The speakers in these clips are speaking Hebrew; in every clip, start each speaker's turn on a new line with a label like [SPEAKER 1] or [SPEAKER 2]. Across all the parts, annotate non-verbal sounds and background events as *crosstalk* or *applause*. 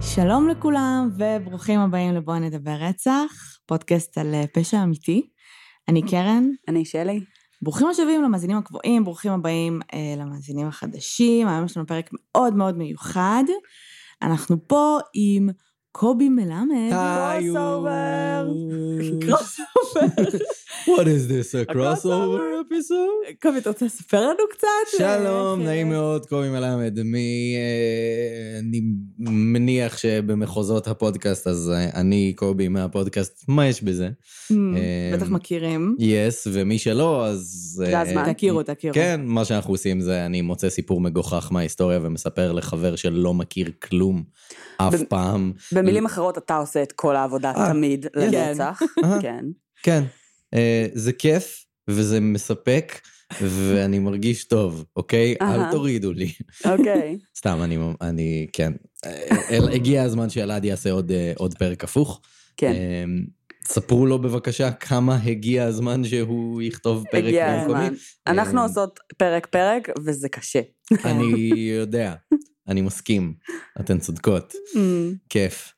[SPEAKER 1] שלום לכולם וברוכים הבאים לבואו נדבר רצח, פודקאסט על אה, פשע אמיתי. אני קרן,
[SPEAKER 2] אני שלי.
[SPEAKER 1] ברוכים השבים למאזינים הקבועים, ברוכים הבאים אה, למאזינים החדשים. היום יש לנו פרק מאוד מאוד מיוחד. אנחנו פה עם קובי מלמד.
[SPEAKER 2] crossover.
[SPEAKER 1] crossover.
[SPEAKER 3] *laughs* What is this, a
[SPEAKER 2] crossover.
[SPEAKER 3] crossover episode?
[SPEAKER 1] קובי, אתה רוצה לספר לנו קצת? אה,
[SPEAKER 3] שלום,
[SPEAKER 1] איך-
[SPEAKER 3] נעים מאוד, קובי מלמד. מי, אה, אני מניח שבמחוזות הפודקאסט, אז אה, אני קובי מהפודקאסט, מה יש בזה?
[SPEAKER 1] אמ,
[SPEAKER 3] אה,
[SPEAKER 1] בטח מכירים.
[SPEAKER 3] יס, ומי שלא, אז...
[SPEAKER 2] זה
[SPEAKER 3] אה,
[SPEAKER 2] הזמן.
[SPEAKER 1] תכירו, תכירו.
[SPEAKER 3] כן, מה שאנחנו עושים זה, אני מוצא סיפור מגוחך מההיסטוריה ומספר לחבר שלא מכיר כלום אף
[SPEAKER 2] ב-
[SPEAKER 3] פעם.
[SPEAKER 2] במילים אחרות, אתה עושה את כל העבודה
[SPEAKER 3] אה,
[SPEAKER 2] תמיד
[SPEAKER 3] *laughs*
[SPEAKER 2] לנצח.
[SPEAKER 3] אה.
[SPEAKER 2] כן.
[SPEAKER 3] כן. אה, זה כיף, וזה מספק, ואני מרגיש טוב, אוקיי?
[SPEAKER 2] אהה.
[SPEAKER 3] אל תורידו לי.
[SPEAKER 2] אוקיי.
[SPEAKER 3] סתם, אני, אני כן. אל- הגיע הזמן שאלעד יעשה עוד, אה, עוד פרק הפוך.
[SPEAKER 2] כן.
[SPEAKER 3] אה, ספרו לו בבקשה כמה הגיע הזמן שהוא יכתוב אה, פרק
[SPEAKER 2] הגיע
[SPEAKER 3] במקומי.
[SPEAKER 2] הזמן. אנחנו
[SPEAKER 3] אה,
[SPEAKER 2] עושות פרק-פרק, וזה קשה.
[SPEAKER 3] אני יודע, אני מסכים, אתן צודקות, כיף.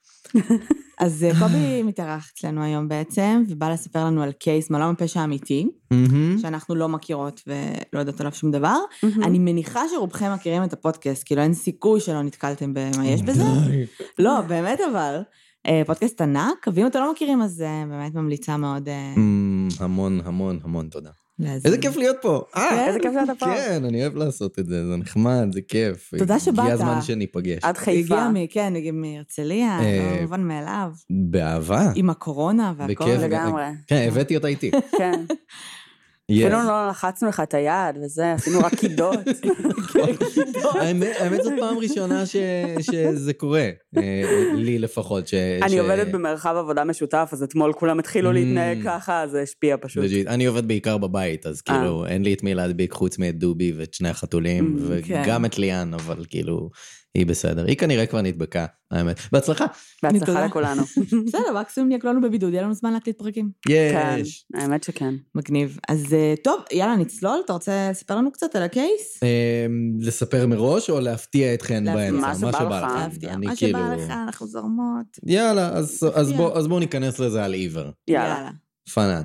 [SPEAKER 1] אז אה, קובי מתארחת לנו היום בעצם, ובא לספר לנו על קייס מעולם הפשע האמיתי,
[SPEAKER 3] מהמם.
[SPEAKER 1] שאנחנו לא מכירות ולא יודעות עליו שום דבר.
[SPEAKER 3] Mm-hmm.
[SPEAKER 2] מהמם.
[SPEAKER 1] אני מניחה שרובכם מכירים את הפודקאסט, כאילו אין סיכוי שלא נתקלתם במה
[SPEAKER 3] Mm-hmm.
[SPEAKER 1] יש בזה.
[SPEAKER 3] די.
[SPEAKER 1] לא, באמת אבל. אה, פודקאסט ענק, ואם אתם לא מכירים, אז אה, באמת ממליצה מאוד אה,
[SPEAKER 3] אמ, המון, המון, המון תודה.
[SPEAKER 1] להאזין.
[SPEAKER 3] Mm-hmm. איזה כיף להיות פה. אה,
[SPEAKER 2] איזה כיף שאתה פה.
[SPEAKER 3] כן, אני אוהב לעשות את זה, זה נחמד, זה כיף.
[SPEAKER 1] תודה שבאת.
[SPEAKER 3] הגיע הזמן שניפגש.
[SPEAKER 2] עד חיפה.
[SPEAKER 1] הגיע מ... כן, הגיע מהרצליה,
[SPEAKER 3] אה,
[SPEAKER 1] לא מובן מאליו,
[SPEAKER 3] באהבה.
[SPEAKER 1] עם הקורונה והכל.
[SPEAKER 3] בכיף.
[SPEAKER 2] לגמרי.
[SPEAKER 3] כן, הבאתי אותה איתי.
[SPEAKER 2] כן.
[SPEAKER 3] *laughs*
[SPEAKER 2] *laughs*
[SPEAKER 3] Yes.
[SPEAKER 2] אפילו לא לחצנו לך את היד וזה, עשינו רק
[SPEAKER 3] *laughs*
[SPEAKER 2] קידות.
[SPEAKER 3] האמת, האמת זאת פעם ראשונה ש, שזה קורה, אה, לי לפחות. ש, ש...
[SPEAKER 2] אני עובדת במרחב עבודה משותף, אז אתמול כולם התחילו להתנהג
[SPEAKER 3] אה, Mm.
[SPEAKER 2] ככה, אז זה השפיע פשוט.
[SPEAKER 3] לג'יט. אני עובד בעיקר בבית, אז
[SPEAKER 2] אה.
[SPEAKER 3] כאילו, אין לי את מי להדביק חוץ מאת דובי ואת שני החתולים,
[SPEAKER 2] Mm,
[SPEAKER 1] כן.
[SPEAKER 3] וגם את ליאן, אבל כאילו, היא בסדר. היא כנראה כבר נדבקה, האמת. בהצלחה.
[SPEAKER 2] בהצלחה
[SPEAKER 1] תודה.
[SPEAKER 2] לכולנו.
[SPEAKER 1] בסדר, מקסימום נהיה כולנו בבידוד, יהיה לנו זמן להקליט פרקים.
[SPEAKER 2] כן,
[SPEAKER 3] *laughs* יש.
[SPEAKER 2] האמת שכן.
[SPEAKER 1] מגניב. אז אה, טוב, יאללה, נצלול. אתה רוצה לספר לנו קצת על הקייס?
[SPEAKER 3] אה, לספר מראש או להפתיע אתכן
[SPEAKER 1] להפתיע.
[SPEAKER 3] באמצע?
[SPEAKER 2] מה שבא לך.
[SPEAKER 3] לכן.
[SPEAKER 1] להפתיע,
[SPEAKER 3] אני
[SPEAKER 1] מה
[SPEAKER 3] כאילו-
[SPEAKER 1] שבא לך, אנחנו זורמות.
[SPEAKER 3] יאללה, אז- אז
[SPEAKER 1] להפתיע.
[SPEAKER 3] בוא- אז בואו ניכנס לזה על עיוור.
[SPEAKER 2] יאללה.
[SPEAKER 3] פאנן.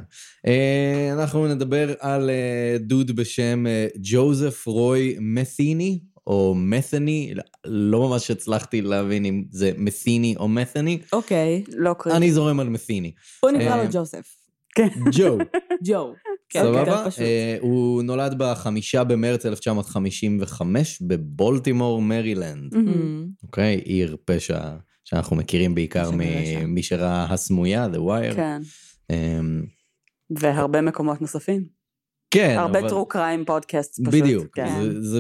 [SPEAKER 3] אה, אנחנו נדבר על אה, דוד בשם אה, ג'וזף רוי מת'יני, או מת'ני, לא ממש הצלחתי להבין אם זה מת'יני או מת'ני.
[SPEAKER 1] אוקיי,
[SPEAKER 2] לא קריטי.
[SPEAKER 3] אני זורם על מת'יני.
[SPEAKER 1] בוא נקרא
[SPEAKER 3] אה,
[SPEAKER 1] לו ג'וסף.
[SPEAKER 3] ג'ו, *laughs*
[SPEAKER 1] ג'ו. *laughs* כן, יותר
[SPEAKER 3] סבבה?
[SPEAKER 1] פשוט.
[SPEAKER 3] אה, הוא נולד בחמישה במרץ 1955 בבולטימור, מרילנד.
[SPEAKER 2] מהמם.
[SPEAKER 1] אמ,
[SPEAKER 3] אוקיי? עיר פשע שאנחנו מכירים בעיקר
[SPEAKER 1] שכנראה שם.
[SPEAKER 3] ממי שראה הסמויה, The Wire.
[SPEAKER 2] כן.
[SPEAKER 3] אמ,
[SPEAKER 2] והרבה מקומות נוספים.
[SPEAKER 3] כן,
[SPEAKER 2] הרבה
[SPEAKER 3] אבל-
[SPEAKER 2] טרו קריים פודקאסט פשוט.
[SPEAKER 3] בדיוק,
[SPEAKER 2] כן.
[SPEAKER 3] זה, זה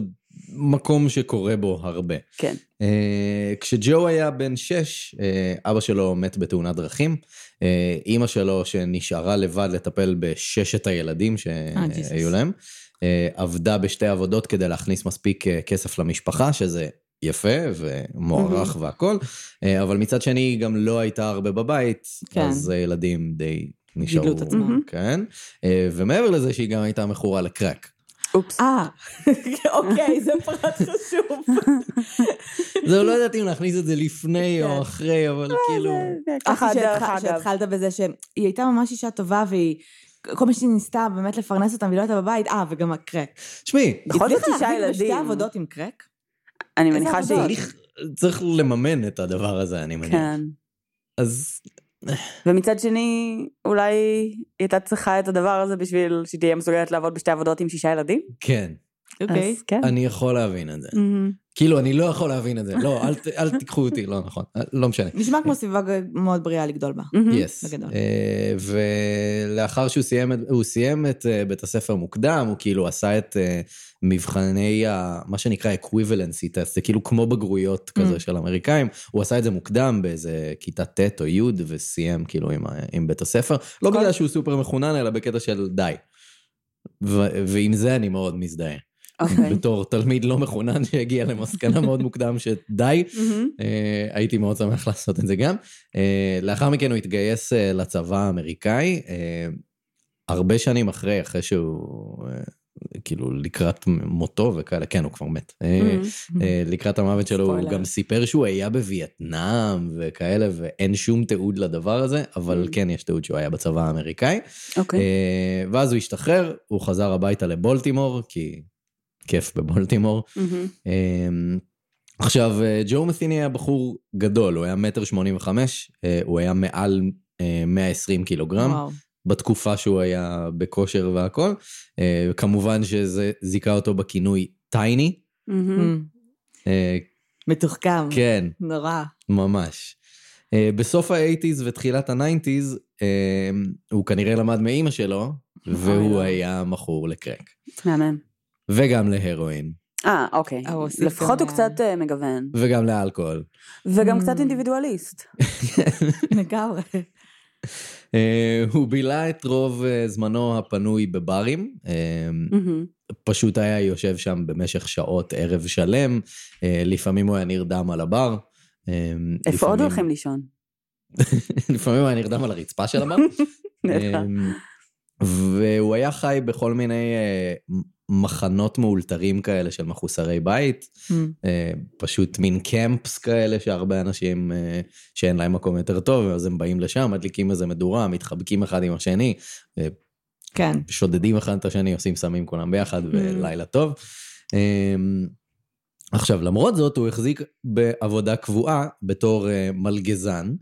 [SPEAKER 3] מקום שקורה בו הרבה.
[SPEAKER 2] כן.
[SPEAKER 3] אה, כשג'ו היה בן שש, אה, אבא שלו מת בתאונת דרכים. אה, אימא שלו, שנשארה לבד לטפל בששת הילדים
[SPEAKER 1] Jesus.
[SPEAKER 3] שהיו להם, אה, עבדה בשתי עבודות כדי להכניס מספיק אה, כסף למשפחה, שזה יפה ומוערך
[SPEAKER 1] Mm-hmm.
[SPEAKER 3] והכול, אה, אבל מצד שני, היא גם לא הייתה הרבה בבית,
[SPEAKER 1] כן.
[SPEAKER 3] אז הילדים די נשארו.
[SPEAKER 1] את עצמם.
[SPEAKER 2] מהמם.
[SPEAKER 3] כן, אה, ומעבר לזה שהיא גם הייתה מכורה לקרק. *laughs*
[SPEAKER 2] אופס.
[SPEAKER 1] אה, *laughs* אוקיי, זה פרט *laughs* חשוב.
[SPEAKER 3] זהו, לא ידעתי אם להכניס את זה לפני
[SPEAKER 1] כן.
[SPEAKER 3] או אחרי, אבל כאילו...
[SPEAKER 1] אחי,
[SPEAKER 2] ככה דרך
[SPEAKER 1] שהתח-
[SPEAKER 2] אגב.
[SPEAKER 1] שהתחלת בזה שהיא הייתה ממש אישה טובה והיא... כל מה שהיא ניסתה באמת לפרנס אותם והיא לא הייתה בבית, אה, וגם הקרק.
[SPEAKER 3] תשמעי,
[SPEAKER 2] בכל זאת
[SPEAKER 1] הצליחה
[SPEAKER 2] שישה
[SPEAKER 1] להחזיק בשתי
[SPEAKER 2] ילדים.
[SPEAKER 1] עבודות עם קרק?
[SPEAKER 2] אני
[SPEAKER 1] איזה
[SPEAKER 2] מניחה
[SPEAKER 1] עבודות?
[SPEAKER 2] שהיא...
[SPEAKER 3] צריך- צריך לממן את הדבר הזה, אני מניח.
[SPEAKER 2] כן.
[SPEAKER 3] אז
[SPEAKER 2] ומצד שני, אולי היא הייתה צריכה את הדבר הזה בשביל שהיא תהיה מסוגלת לעבוד בשתי עבודות עם שישה ילדים?
[SPEAKER 3] כן,
[SPEAKER 1] אוקיי.
[SPEAKER 2] אז כן.
[SPEAKER 3] אני יכול להבין את זה.
[SPEAKER 2] מהמם.
[SPEAKER 3] כאילו, אני לא יכול להבין את זה. לא, אל ת- אל תיקחו אותי, לא נכון, לא משנה.
[SPEAKER 1] נשמע כמו סביבה ג- מאוד בריאה לגדול בה.
[SPEAKER 2] מהמם.
[SPEAKER 3] יס.
[SPEAKER 1] בגדול.
[SPEAKER 3] אה, ולאחר שהוא סיים את, הוא סיים את אה, בית הספר מוקדם, הוא כאילו עשה את אה, מבחני, ה, מה שנקרא equivalency test, זה כאילו כמו בגרויות
[SPEAKER 1] Mm.
[SPEAKER 3] כזה של אמריקאים, הוא עשה את זה מוקדם באיזה כיתה ט' או י' וסיים כאילו עם, ה- עם בית הספר, לא בגלל שהוא סופר מחונן, אלא בקטע של די. ו- ועם זה אני מאוד מזדהה.
[SPEAKER 2] *laughs* אוקיי.
[SPEAKER 1] Mm-hmm.
[SPEAKER 3] בתור תלמיד לא מחונן שהגיע למסקנה מאוד מוקדם שדי,
[SPEAKER 2] מהמם.
[SPEAKER 3] אה, הייתי מאוד שמח *laughs* לעשות את זה גם. אה, לאחר מכן הוא התגייס אה, לצבא האמריקאי, אה, הרבה שנים אחרי, אחרי שהוא אה, כאילו לקראת מותו וכאלה, כן, הוא כבר מת. אה,
[SPEAKER 1] Mm-hmm.
[SPEAKER 3] אה, לקראת המוות שלו הוא
[SPEAKER 2] ספוילר.
[SPEAKER 3] גם סיפר שהוא היה בווייטנאם וכאלה, ואין שום תיעוד לדבר הזה, אבל
[SPEAKER 2] Mm.
[SPEAKER 3] כן יש תיעוד שהוא היה בצבא האמריקאי.
[SPEAKER 2] אוקיי.
[SPEAKER 3] אה, ואז הוא השתחרר, הוא חזר הביתה לבולטימור, כי כיף בבולטימור.
[SPEAKER 1] Mm-hmm.
[SPEAKER 2] מהמם.
[SPEAKER 3] אמ, עכשיו, אה, ג'ו מת'יני היה בחור גדול, הוא היה מטר שמונים וחמש, אה, הוא היה מעל אה, 120 קילוגרם,
[SPEAKER 1] וואו.
[SPEAKER 3] בתקופה שהוא היה בכושר והכל. אה, כמובן שזה זיכה אותו בכינוי טייני.
[SPEAKER 2] מהמם.
[SPEAKER 3] אה,
[SPEAKER 1] אה, מתוחכם.
[SPEAKER 3] כן,
[SPEAKER 2] *laughs*
[SPEAKER 1] נורא.
[SPEAKER 3] ממש. אה, בסוף האייטיז ותחילת הניינטיז, אה, הוא כנראה למד מאימא שלו, והוא
[SPEAKER 2] לא.
[SPEAKER 3] היה מכור לקרק.
[SPEAKER 2] מהמם.
[SPEAKER 3] וגם להרואין,
[SPEAKER 2] אה, אוקיי.
[SPEAKER 1] Mm-hmm. אה, הוא הוסיף
[SPEAKER 2] לפחות
[SPEAKER 1] גם
[SPEAKER 2] הוא
[SPEAKER 1] ל-
[SPEAKER 2] קצת אה, מגוון.
[SPEAKER 3] וגם לאלכוהול.
[SPEAKER 2] וגם קצת
[SPEAKER 1] Mm.
[SPEAKER 2] אינדיבידואליסט.
[SPEAKER 1] לגמרי.
[SPEAKER 3] אה, הוא בילה את רוב אה, זמנו הפנוי בברים, אה,
[SPEAKER 1] Mm-hmm.
[SPEAKER 2] מהמם.
[SPEAKER 3] פשוט היה יושב שם במשך שעות ערב שלם, אה, לפעמים הוא היה נרדם על הבר. אה,
[SPEAKER 2] איפה עוד
[SPEAKER 3] לפעמים-
[SPEAKER 2] הולכים לישון?
[SPEAKER 3] *laughs* לפעמים הוא היה נרדם על הרצפה של
[SPEAKER 2] *laughs*
[SPEAKER 3] הבר.
[SPEAKER 2] נהדר.
[SPEAKER 3] אמ, והוא היה חי בכל מיני אה, מחנות מאולתרים כאלה של מחוסרי בית, אה, פשוט מין קמפס כאלה שהרבה אנשים אה, שאין להם מקום יותר טוב, אז הם באים לשם, מדליקים איזה מדורה, מתחבקים אחד עם השני,
[SPEAKER 1] כן.
[SPEAKER 3] שודדים אחד את השני, עושים סמים כולם ביחד,
[SPEAKER 2] Mm.
[SPEAKER 3] ולילה טוב. אמ, עכשיו, למרות זאת, הוא החזיק בעבודה קבועה בתור אה, מלגזן.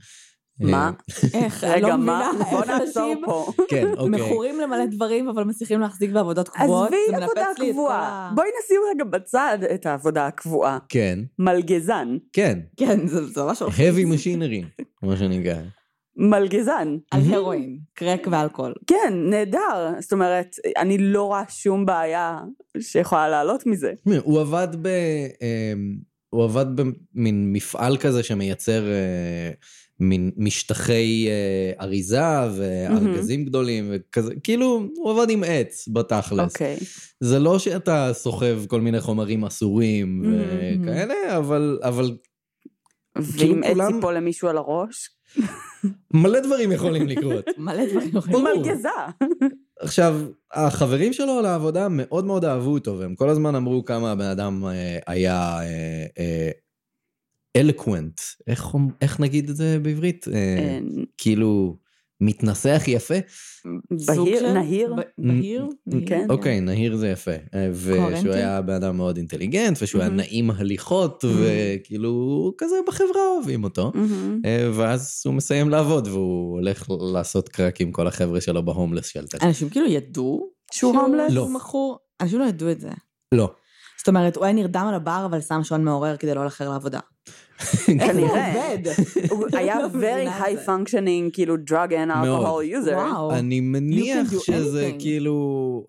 [SPEAKER 2] מה?
[SPEAKER 1] איך? אני
[SPEAKER 2] רגע,
[SPEAKER 1] לא
[SPEAKER 2] מה?
[SPEAKER 1] מבינה
[SPEAKER 2] בוא
[SPEAKER 1] איך
[SPEAKER 2] נעצור
[SPEAKER 1] אנשים
[SPEAKER 2] פה.
[SPEAKER 3] אה,
[SPEAKER 2] *laughs*
[SPEAKER 3] כן, אוקיי.
[SPEAKER 1] מכורים למלא דברים, אבל מצליחים להחזיק בעבודות קבועות.
[SPEAKER 2] עזבי
[SPEAKER 1] זה מנפץ
[SPEAKER 2] עבודה
[SPEAKER 1] לי את כל
[SPEAKER 2] קבועה.
[SPEAKER 1] ה-
[SPEAKER 2] בואי נשים רגע בצד את העבודה הקבועה.
[SPEAKER 3] כן,
[SPEAKER 2] מלגזן.
[SPEAKER 3] כן.
[SPEAKER 1] כן, זה זה ממש... הולך.
[SPEAKER 3] heavy machinery, כמו שנקרא.
[SPEAKER 2] מלגזן.
[SPEAKER 1] על הרואין, קרק ואלכוהול.
[SPEAKER 2] כן, נהדר. זאת אומרת, אני לא רואה שום בעיה שיכולה לעלות מזה.
[SPEAKER 1] אוקיי.
[SPEAKER 3] תשמעי, הוא עבד ב... אמ, הוא עבד במין מפעל כזה שמייצר אה, מין משטחי אה, אריזה וארגזים גדולים וכזה, כאילו, הוא עבד עם עץ בתכלס.
[SPEAKER 2] אוקיי.
[SPEAKER 3] זה לא שאתה סוחב כל מיני חומרים אסורים
[SPEAKER 2] Mhm.
[SPEAKER 3] וכאלה, אבל, אבל
[SPEAKER 1] כאילו
[SPEAKER 2] ואם עץ
[SPEAKER 3] כולם-
[SPEAKER 2] ייפול למישהו על הראש?
[SPEAKER 3] מלא דברים יכולים לקרות.
[SPEAKER 1] מלא דברים יכולים.
[SPEAKER 3] ברור.
[SPEAKER 2] מלגזה.
[SPEAKER 3] עכשיו, החברים שלו לעבודה מאוד מאוד אהבו אותו, והם כל הזמן אמרו כמה הבן אדם אה, היה אלקוונט. איך, אומ- איך נגיד את זה בעברית?
[SPEAKER 1] כן.
[SPEAKER 3] אה,
[SPEAKER 2] אה,
[SPEAKER 3] כאילו, מתנסח יפה?
[SPEAKER 1] סוג
[SPEAKER 2] בהיר,
[SPEAKER 1] של-
[SPEAKER 2] נהיר.
[SPEAKER 1] ב-
[SPEAKER 3] Mm,
[SPEAKER 1] בהיר? נהיר,
[SPEAKER 2] כן.
[SPEAKER 3] אוקיי, נהיר זה יפה. אה, ושהוא
[SPEAKER 1] קוהרנטי.
[SPEAKER 3] היה בן אדם מאוד אינטליגנט, ושהוא היה
[SPEAKER 2] Mhm.
[SPEAKER 3] נעים הליכות, וכאילו, כזה בחברה אוהבים אותו.
[SPEAKER 2] מהמם.
[SPEAKER 3] אה, ואז הוא מסיים לעבוד, והוא הולך לעשות קרק עם כל החבר'ה שלו בהומלס שלטר.
[SPEAKER 1] אנשים כאילו ידעו
[SPEAKER 2] שהוא הומלס?
[SPEAKER 3] לא.
[SPEAKER 1] מכור? אנשים לא ידעו את זה.
[SPEAKER 3] לא.
[SPEAKER 1] זאת אומרת, הוא היה נרדם על הבר, אבל שם שעון מעורר כדי לא לאחר לעבודה. איך זה *laughs*
[SPEAKER 2] כנראה.
[SPEAKER 1] עובד?
[SPEAKER 2] הוא היה
[SPEAKER 1] לא
[SPEAKER 2] very
[SPEAKER 1] מבינה את
[SPEAKER 2] high
[SPEAKER 1] זה.
[SPEAKER 2] functioning, כאילו drug and
[SPEAKER 3] מאוד.
[SPEAKER 2] alcohol user.
[SPEAKER 1] וואו.
[SPEAKER 3] אני מניח
[SPEAKER 1] Oh, You can do
[SPEAKER 3] שזה
[SPEAKER 1] anything.
[SPEAKER 3] כאילו,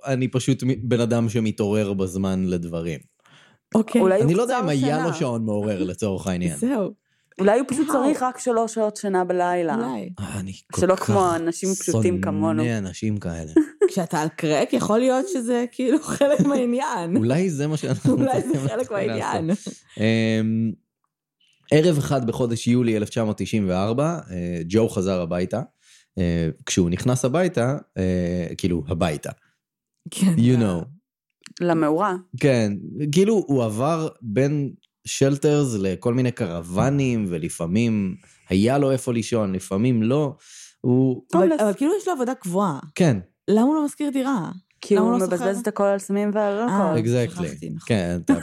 [SPEAKER 3] אני פשוט מ- בן אדם שמתעורר בזמן לדברים.
[SPEAKER 1] אוקיי.
[SPEAKER 2] אולי
[SPEAKER 3] אני
[SPEAKER 2] הוא
[SPEAKER 3] לא יודע אם
[SPEAKER 2] קצר
[SPEAKER 3] היה לו
[SPEAKER 2] שינה.
[SPEAKER 3] שעון
[SPEAKER 1] *laughs*
[SPEAKER 3] מעורר לצורך העניין.
[SPEAKER 1] זהו,
[SPEAKER 2] אולי הוא פשוט
[SPEAKER 1] וואו.
[SPEAKER 2] צריך רק שלוש שעות שינה בלילה.
[SPEAKER 1] אולי.
[SPEAKER 3] אה, אני כל
[SPEAKER 2] שלא
[SPEAKER 3] כך
[SPEAKER 2] כמו אנשים פשוטים כמונו.
[SPEAKER 3] שונא אנשים
[SPEAKER 1] *laughs*
[SPEAKER 3] כאלה.
[SPEAKER 1] כשאתה על קרק, יכול להיות שזה כאילו *laughs* חלק מהעניין.
[SPEAKER 3] אולי זה מה שאנחנו
[SPEAKER 1] אולי זה
[SPEAKER 3] צריכים
[SPEAKER 1] חלק
[SPEAKER 3] להתחיל
[SPEAKER 1] מהעניין.
[SPEAKER 3] לעשות. אמ, ערב אחד בחודש יולי 1994, אה, ג'ו חזר הביתה. אה, כשהוא נכנס הביתה, אה, כאילו, הביתה.
[SPEAKER 1] כן. *laughs*
[SPEAKER 3] You know.
[SPEAKER 2] למאורה.
[SPEAKER 3] כן, כאילו הוא עבר בין שלטרס לכל מיני קרוונים, ולפעמים היה לו איפה לישון, לפעמים לא. הוא...
[SPEAKER 1] אבל
[SPEAKER 2] הומלס.
[SPEAKER 1] אבל כאילו יש לו עבודה קבועה.
[SPEAKER 3] כן,
[SPEAKER 1] למה הוא לא משכיר דירה?
[SPEAKER 2] כי
[SPEAKER 1] למה
[SPEAKER 2] הוא
[SPEAKER 1] הוא לא סוחר?
[SPEAKER 2] מבזבז את הכל על סמים ועל
[SPEAKER 1] אה,
[SPEAKER 2] אלכוהול.
[SPEAKER 3] אקזקטלי.
[SPEAKER 1] שכחתי, נכון. *laughs*
[SPEAKER 3] כן, אתה...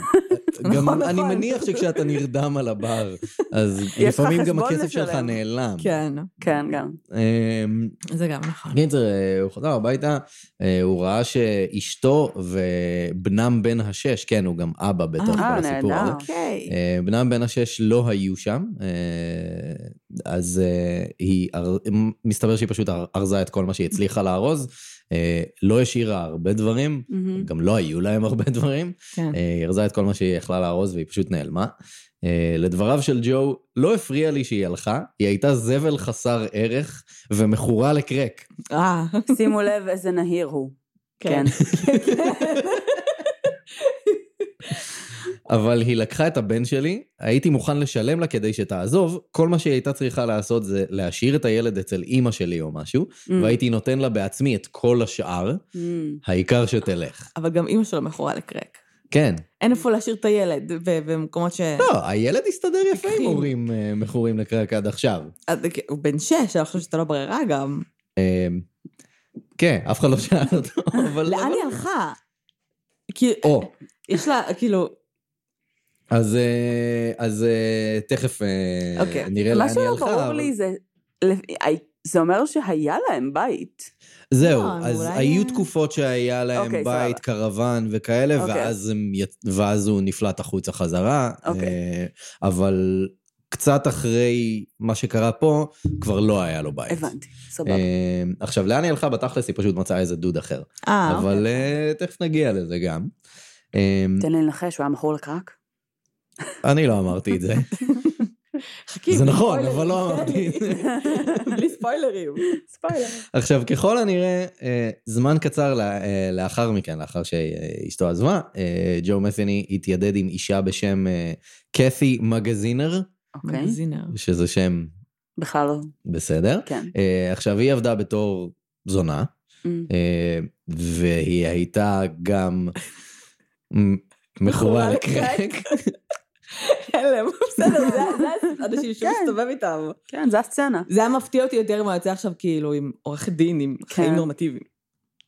[SPEAKER 3] גם
[SPEAKER 1] נכון,
[SPEAKER 3] אני
[SPEAKER 1] נכון.
[SPEAKER 3] מניח שכשאתה נרדם על הבר, אז
[SPEAKER 2] לך
[SPEAKER 3] לפעמים גם
[SPEAKER 2] חשבון
[SPEAKER 3] הכסף שלך
[SPEAKER 2] לשלם.
[SPEAKER 3] נעלם.
[SPEAKER 1] כן,
[SPEAKER 2] כן, גם.
[SPEAKER 3] אמ,
[SPEAKER 1] זה גם נכון.
[SPEAKER 3] קיצר, אה, הוא חזר הביתה, אה, הוא ראה שאשתו ובנם בן השש, כן, הוא גם אבא בטח
[SPEAKER 2] אה,
[SPEAKER 3] בסיפור
[SPEAKER 2] נהדר.
[SPEAKER 3] הזה.
[SPEAKER 1] אוקיי.
[SPEAKER 3] אה, בנם בן השש לא היו שם, אה, אז אה, היא, אר- מסתבר שהיא פשוט אר- ארזה את כל מה שהיא הצליחה לארוז. אה, לא השאירה הרבה דברים,
[SPEAKER 2] מהמם.
[SPEAKER 3] גם לא היו להם הרבה דברים.
[SPEAKER 1] כן.
[SPEAKER 3] אה, היא ארזה את כל מה שהיא יכלה לארוז והיא פשוט נעלמה. אה, לדבריו של ג'ו, לא הפריע לי שהיא הלכה, היא הייתה זבל חסר ערך ומכורה לקרק.
[SPEAKER 1] אה,
[SPEAKER 2] *laughs* שימו לב איזה כן.
[SPEAKER 3] *laughs*
[SPEAKER 2] נהיר הוא.
[SPEAKER 1] כן.
[SPEAKER 2] כן.
[SPEAKER 3] אבל היא לקחה את הבן שלי, הייתי מוכן לשלם לה כדי שתעזוב, כל מה שהיא הייתה צריכה לעשות זה להשאיר את הילד אצל אימא שלי או משהו, והייתי נותן לה בעצמי את כל השאר,
[SPEAKER 2] Mm.
[SPEAKER 3] העיקר שתלך.
[SPEAKER 1] אבל גם אימא שלו מכורה לקרק.
[SPEAKER 3] כן.
[SPEAKER 1] אין איפה להשאיר את הילד ב- במקומות ש...
[SPEAKER 3] לא, הילד הסתדר יפה עם
[SPEAKER 1] לקחים.
[SPEAKER 3] הורים אה, מכורים לקרק עד עכשיו.
[SPEAKER 1] אז אה, הוא בן שש, אני חושבת שאתה לא ברירה גם.
[SPEAKER 3] אה, כן, אף אחד לא שאל
[SPEAKER 2] *laughs*
[SPEAKER 3] אותו, אבל... לא,
[SPEAKER 1] לאן היא הלכה? כי
[SPEAKER 3] או,
[SPEAKER 1] יש לה, כאילו,
[SPEAKER 3] אז, אה, אז אה, תכף אה,
[SPEAKER 1] אוקיי.
[SPEAKER 3] נראה לאן
[SPEAKER 2] מה
[SPEAKER 3] היא הלכה.
[SPEAKER 2] שלא לא ברור
[SPEAKER 3] אבל-
[SPEAKER 2] לי זה... זה אומר שהיה להם בית.
[SPEAKER 3] זהו,
[SPEAKER 1] לא, הם
[SPEAKER 3] אז
[SPEAKER 1] אולי-
[SPEAKER 3] היו תקופות שהיה להם
[SPEAKER 2] אה, אוקיי,
[SPEAKER 3] בית,
[SPEAKER 2] סבבה.
[SPEAKER 3] קרוון וכאלה,
[SPEAKER 2] אוקיי.
[SPEAKER 3] ואז, הם, י- ואז הוא נפלט החוצה חזרה.
[SPEAKER 2] אוקיי.
[SPEAKER 3] אה, אבל קצת אחרי מה שקרה פה, כבר לא היה לו בית.
[SPEAKER 2] הבנתי, סבבה.
[SPEAKER 3] אה, עכשיו, לאן היא הלכה? בתכלס היא פשוט מצאה איזה דוד אחר.
[SPEAKER 1] אה,
[SPEAKER 3] אבל אה, תכף נגיע לזה גם. אה,
[SPEAKER 2] תן לי לנחש, הוא היה מכור לקרק?
[SPEAKER 3] אני לא אמרתי את זה.
[SPEAKER 1] חכי.
[SPEAKER 3] זה נכון,
[SPEAKER 1] ספוילרים,
[SPEAKER 3] אבל לא
[SPEAKER 1] תן
[SPEAKER 3] אמרתי את
[SPEAKER 1] לי. *laughs* בלי ספוילרים.
[SPEAKER 2] ספיילר.
[SPEAKER 3] עכשיו, ככל הנראה, אה, זמן קצר ל- אה, לאחר מכן, לאחר שאשתו עזבה, אה, ג'ו מת'ני התיידד עם אישה בשם אה, קתי מגזינר,
[SPEAKER 2] אוקיי,
[SPEAKER 1] מגזינר.
[SPEAKER 3] שזה שם
[SPEAKER 2] בכלל לא,
[SPEAKER 3] בסדר.
[SPEAKER 2] כן.
[SPEAKER 3] אה, עכשיו, היא עבדה בתור זונה,
[SPEAKER 2] Mm.
[SPEAKER 3] אה, והיא הייתה גם מ- מכורה
[SPEAKER 1] מכורה
[SPEAKER 3] לקרק.
[SPEAKER 1] הלם, כן, בסדר, זה- זה אנשים שהוא
[SPEAKER 2] כן.
[SPEAKER 1] מסתובב איתם.
[SPEAKER 2] כן, זה הסצנה.
[SPEAKER 1] זה היה מפתיע אותי יותר מה יוצא עכשיו כאילו עם עורך דין, עם חיים נורמטיביים.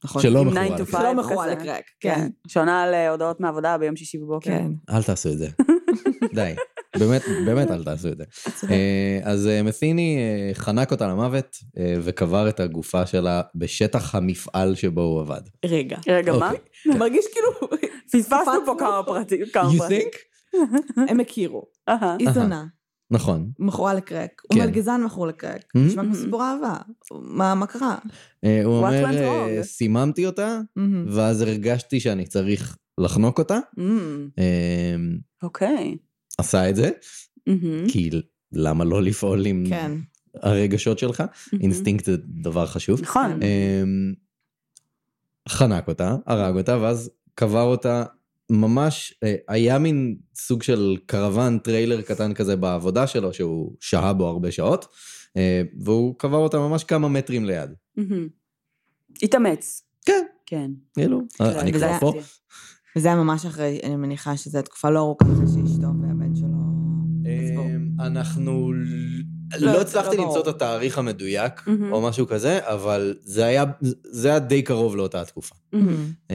[SPEAKER 1] נכון.
[SPEAKER 3] שלא
[SPEAKER 2] עם
[SPEAKER 3] מכורה
[SPEAKER 2] 9 to
[SPEAKER 3] לא לקרק.
[SPEAKER 2] 5.
[SPEAKER 1] כן. שלא מכורה
[SPEAKER 2] כזה.
[SPEAKER 1] לקרק. כן.
[SPEAKER 2] כן. שעונה על אה, הודעות מהעבודה ביום שישי בבוקר.
[SPEAKER 1] כן.
[SPEAKER 3] אל תעשו
[SPEAKER 2] *laughs*
[SPEAKER 3] את זה. די. באמת, באמת אל תעשו את זה. אה, אז אה, מת'יני אה, חנק אותה למוות אה, וקבר את הגופה שלה בשטח המפעל שבו הוא עבד.
[SPEAKER 1] רגע.
[SPEAKER 2] רגע, מה?
[SPEAKER 3] אוקיי.
[SPEAKER 1] מרגיש *laughs* כאילו,
[SPEAKER 2] פספסנו פה
[SPEAKER 1] פספסנו.
[SPEAKER 2] כמה פרטים. כמה
[SPEAKER 3] You
[SPEAKER 2] פרטים.
[SPEAKER 3] think?
[SPEAKER 1] הם הכירו.
[SPEAKER 2] אהה.
[SPEAKER 1] היא
[SPEAKER 3] אהה.
[SPEAKER 1] זונה,
[SPEAKER 3] נכון.
[SPEAKER 1] מכורה לקרק. הוא
[SPEAKER 3] כן.
[SPEAKER 1] מלגזן מכור לקרק.
[SPEAKER 3] Mhm.
[SPEAKER 1] נשמע כמו סיפור אהבה. מה מה קרה?
[SPEAKER 3] אה, הוא
[SPEAKER 2] What
[SPEAKER 3] אומר,
[SPEAKER 2] went
[SPEAKER 3] אה,
[SPEAKER 2] wrong?
[SPEAKER 3] סיממתי אותה,
[SPEAKER 1] Mhm.
[SPEAKER 3] ואז הרגשתי שאני צריך לחנוק אותה.
[SPEAKER 2] Mm,
[SPEAKER 3] אה,
[SPEAKER 2] אוקיי.
[SPEAKER 3] עשה את זה,
[SPEAKER 2] Mm-hmm. מהמם,
[SPEAKER 3] כי למה לא לפעול עם
[SPEAKER 1] כן.
[SPEAKER 3] הרגשות שלך?
[SPEAKER 2] מהמם.
[SPEAKER 3] אינסטינקט זה דבר חשוב.
[SPEAKER 2] mm-hmm. נכון.
[SPEAKER 3] אמ, חנק אותה, הרג אותה, ואז קבר אותה ממש, אה, היה מין סוג של קרוון, טריילר קטן כזה בעבודה שלו, שהוא שהה בו הרבה שעות, אה, והוא קבר אותה ממש כמה מטרים ליד.
[SPEAKER 2] מהמם. Mm-hmm. התאמץ.
[SPEAKER 3] כן.
[SPEAKER 2] כן.
[SPEAKER 3] כאילו, אה, אני
[SPEAKER 1] וזה
[SPEAKER 3] כבר
[SPEAKER 1] היה-
[SPEAKER 3] פה.
[SPEAKER 1] וזה היה ממש אחרי, אני מניחה שזו תקופה לא ארוכה אחרי שאשתו והבן שלו... עזבו.
[SPEAKER 3] אמ, אנחנו... ל-
[SPEAKER 1] לא,
[SPEAKER 3] לא
[SPEAKER 1] זה
[SPEAKER 3] הצלחתי
[SPEAKER 1] לא
[SPEAKER 3] למצוא את
[SPEAKER 1] ברור.
[SPEAKER 3] התאריך המדויק,
[SPEAKER 2] מהמם.
[SPEAKER 3] או משהו כזה, אבל זה היה- זה היה די קרוב לאותה התקופה.
[SPEAKER 2] מהמם.
[SPEAKER 1] Mhm.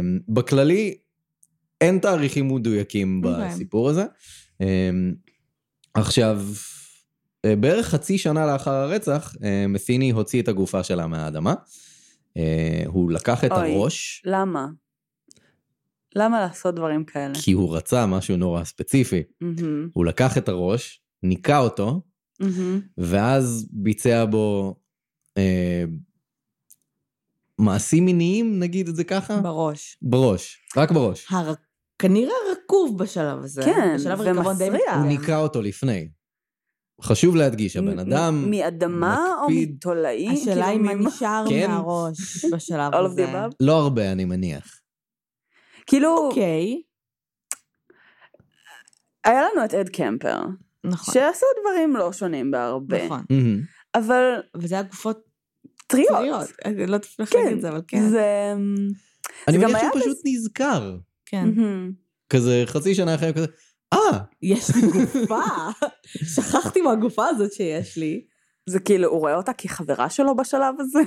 [SPEAKER 3] אמ, בכללי, אין תאריכים מדויקים
[SPEAKER 1] אוקיי.
[SPEAKER 3] בסיפור הזה. אמ, עכשיו, אה, בערך חצי שנה לאחר הרצח, אה, מת'יני הוציא את הגופה שלה מהאדמה. אה, הוא לקח את
[SPEAKER 2] אוי.
[SPEAKER 3] הראש,
[SPEAKER 2] למה? למה לעשות דברים כאלה? Mm-hmm,
[SPEAKER 3] כי הוא רצה משהו נורא ספציפי.
[SPEAKER 2] מהמם,
[SPEAKER 3] הוא לקח את הראש, ניקה אותו,
[SPEAKER 2] מהמם.
[SPEAKER 3] ואז ביצע בו אה, מעשים מיניים, נגיד את זה ככה?
[SPEAKER 1] בראש.
[SPEAKER 3] בראש, רק בראש.
[SPEAKER 1] הר... כנראה רקוב בשלב הזה.
[SPEAKER 2] כן,
[SPEAKER 1] בשלב הריקבון די
[SPEAKER 2] ומסריח.
[SPEAKER 3] הוא
[SPEAKER 1] מתקדם.
[SPEAKER 3] ניקה אותו לפני. חשוב להדגיש, הבן
[SPEAKER 2] כן. מ-
[SPEAKER 3] אדם...
[SPEAKER 2] מ- מאדמה או
[SPEAKER 3] מקפיד.
[SPEAKER 2] מתולעים?
[SPEAKER 1] השאלה היא
[SPEAKER 2] כאילו,
[SPEAKER 1] מה
[SPEAKER 2] ממה-
[SPEAKER 1] נשאר
[SPEAKER 2] *laughs*
[SPEAKER 3] כן.
[SPEAKER 1] מהראש בשלב
[SPEAKER 2] All of
[SPEAKER 1] הזה.
[SPEAKER 2] the above?
[SPEAKER 3] לא הרבה, אני מניח.
[SPEAKER 2] כאילו,
[SPEAKER 1] אוקיי,
[SPEAKER 2] היה לנו את אד קמפר,
[SPEAKER 1] נכון.
[SPEAKER 2] שעשו דברים לא שונים בהרבה.
[SPEAKER 1] נכון.
[SPEAKER 3] מהמם.
[SPEAKER 2] אבל
[SPEAKER 1] אבל זה היה גופות
[SPEAKER 2] טריות.
[SPEAKER 1] צעירות. אני לא תפלח
[SPEAKER 2] כן.
[SPEAKER 1] להגיד את זה, אבל כן.
[SPEAKER 2] זה...
[SPEAKER 3] אני
[SPEAKER 2] גם
[SPEAKER 3] מניח
[SPEAKER 2] היה
[SPEAKER 3] שהוא פשוט נזכר.
[SPEAKER 1] כן.
[SPEAKER 2] מהמם.
[SPEAKER 3] כזה חצי שנה אחרי, הוא כזה, אה,
[SPEAKER 1] יש לי גופה. *laughs* שכחתי מהגופה הזאת שיש לי.
[SPEAKER 2] זה כאילו, הוא רואה אותה כחברה שלו בשלב הזה?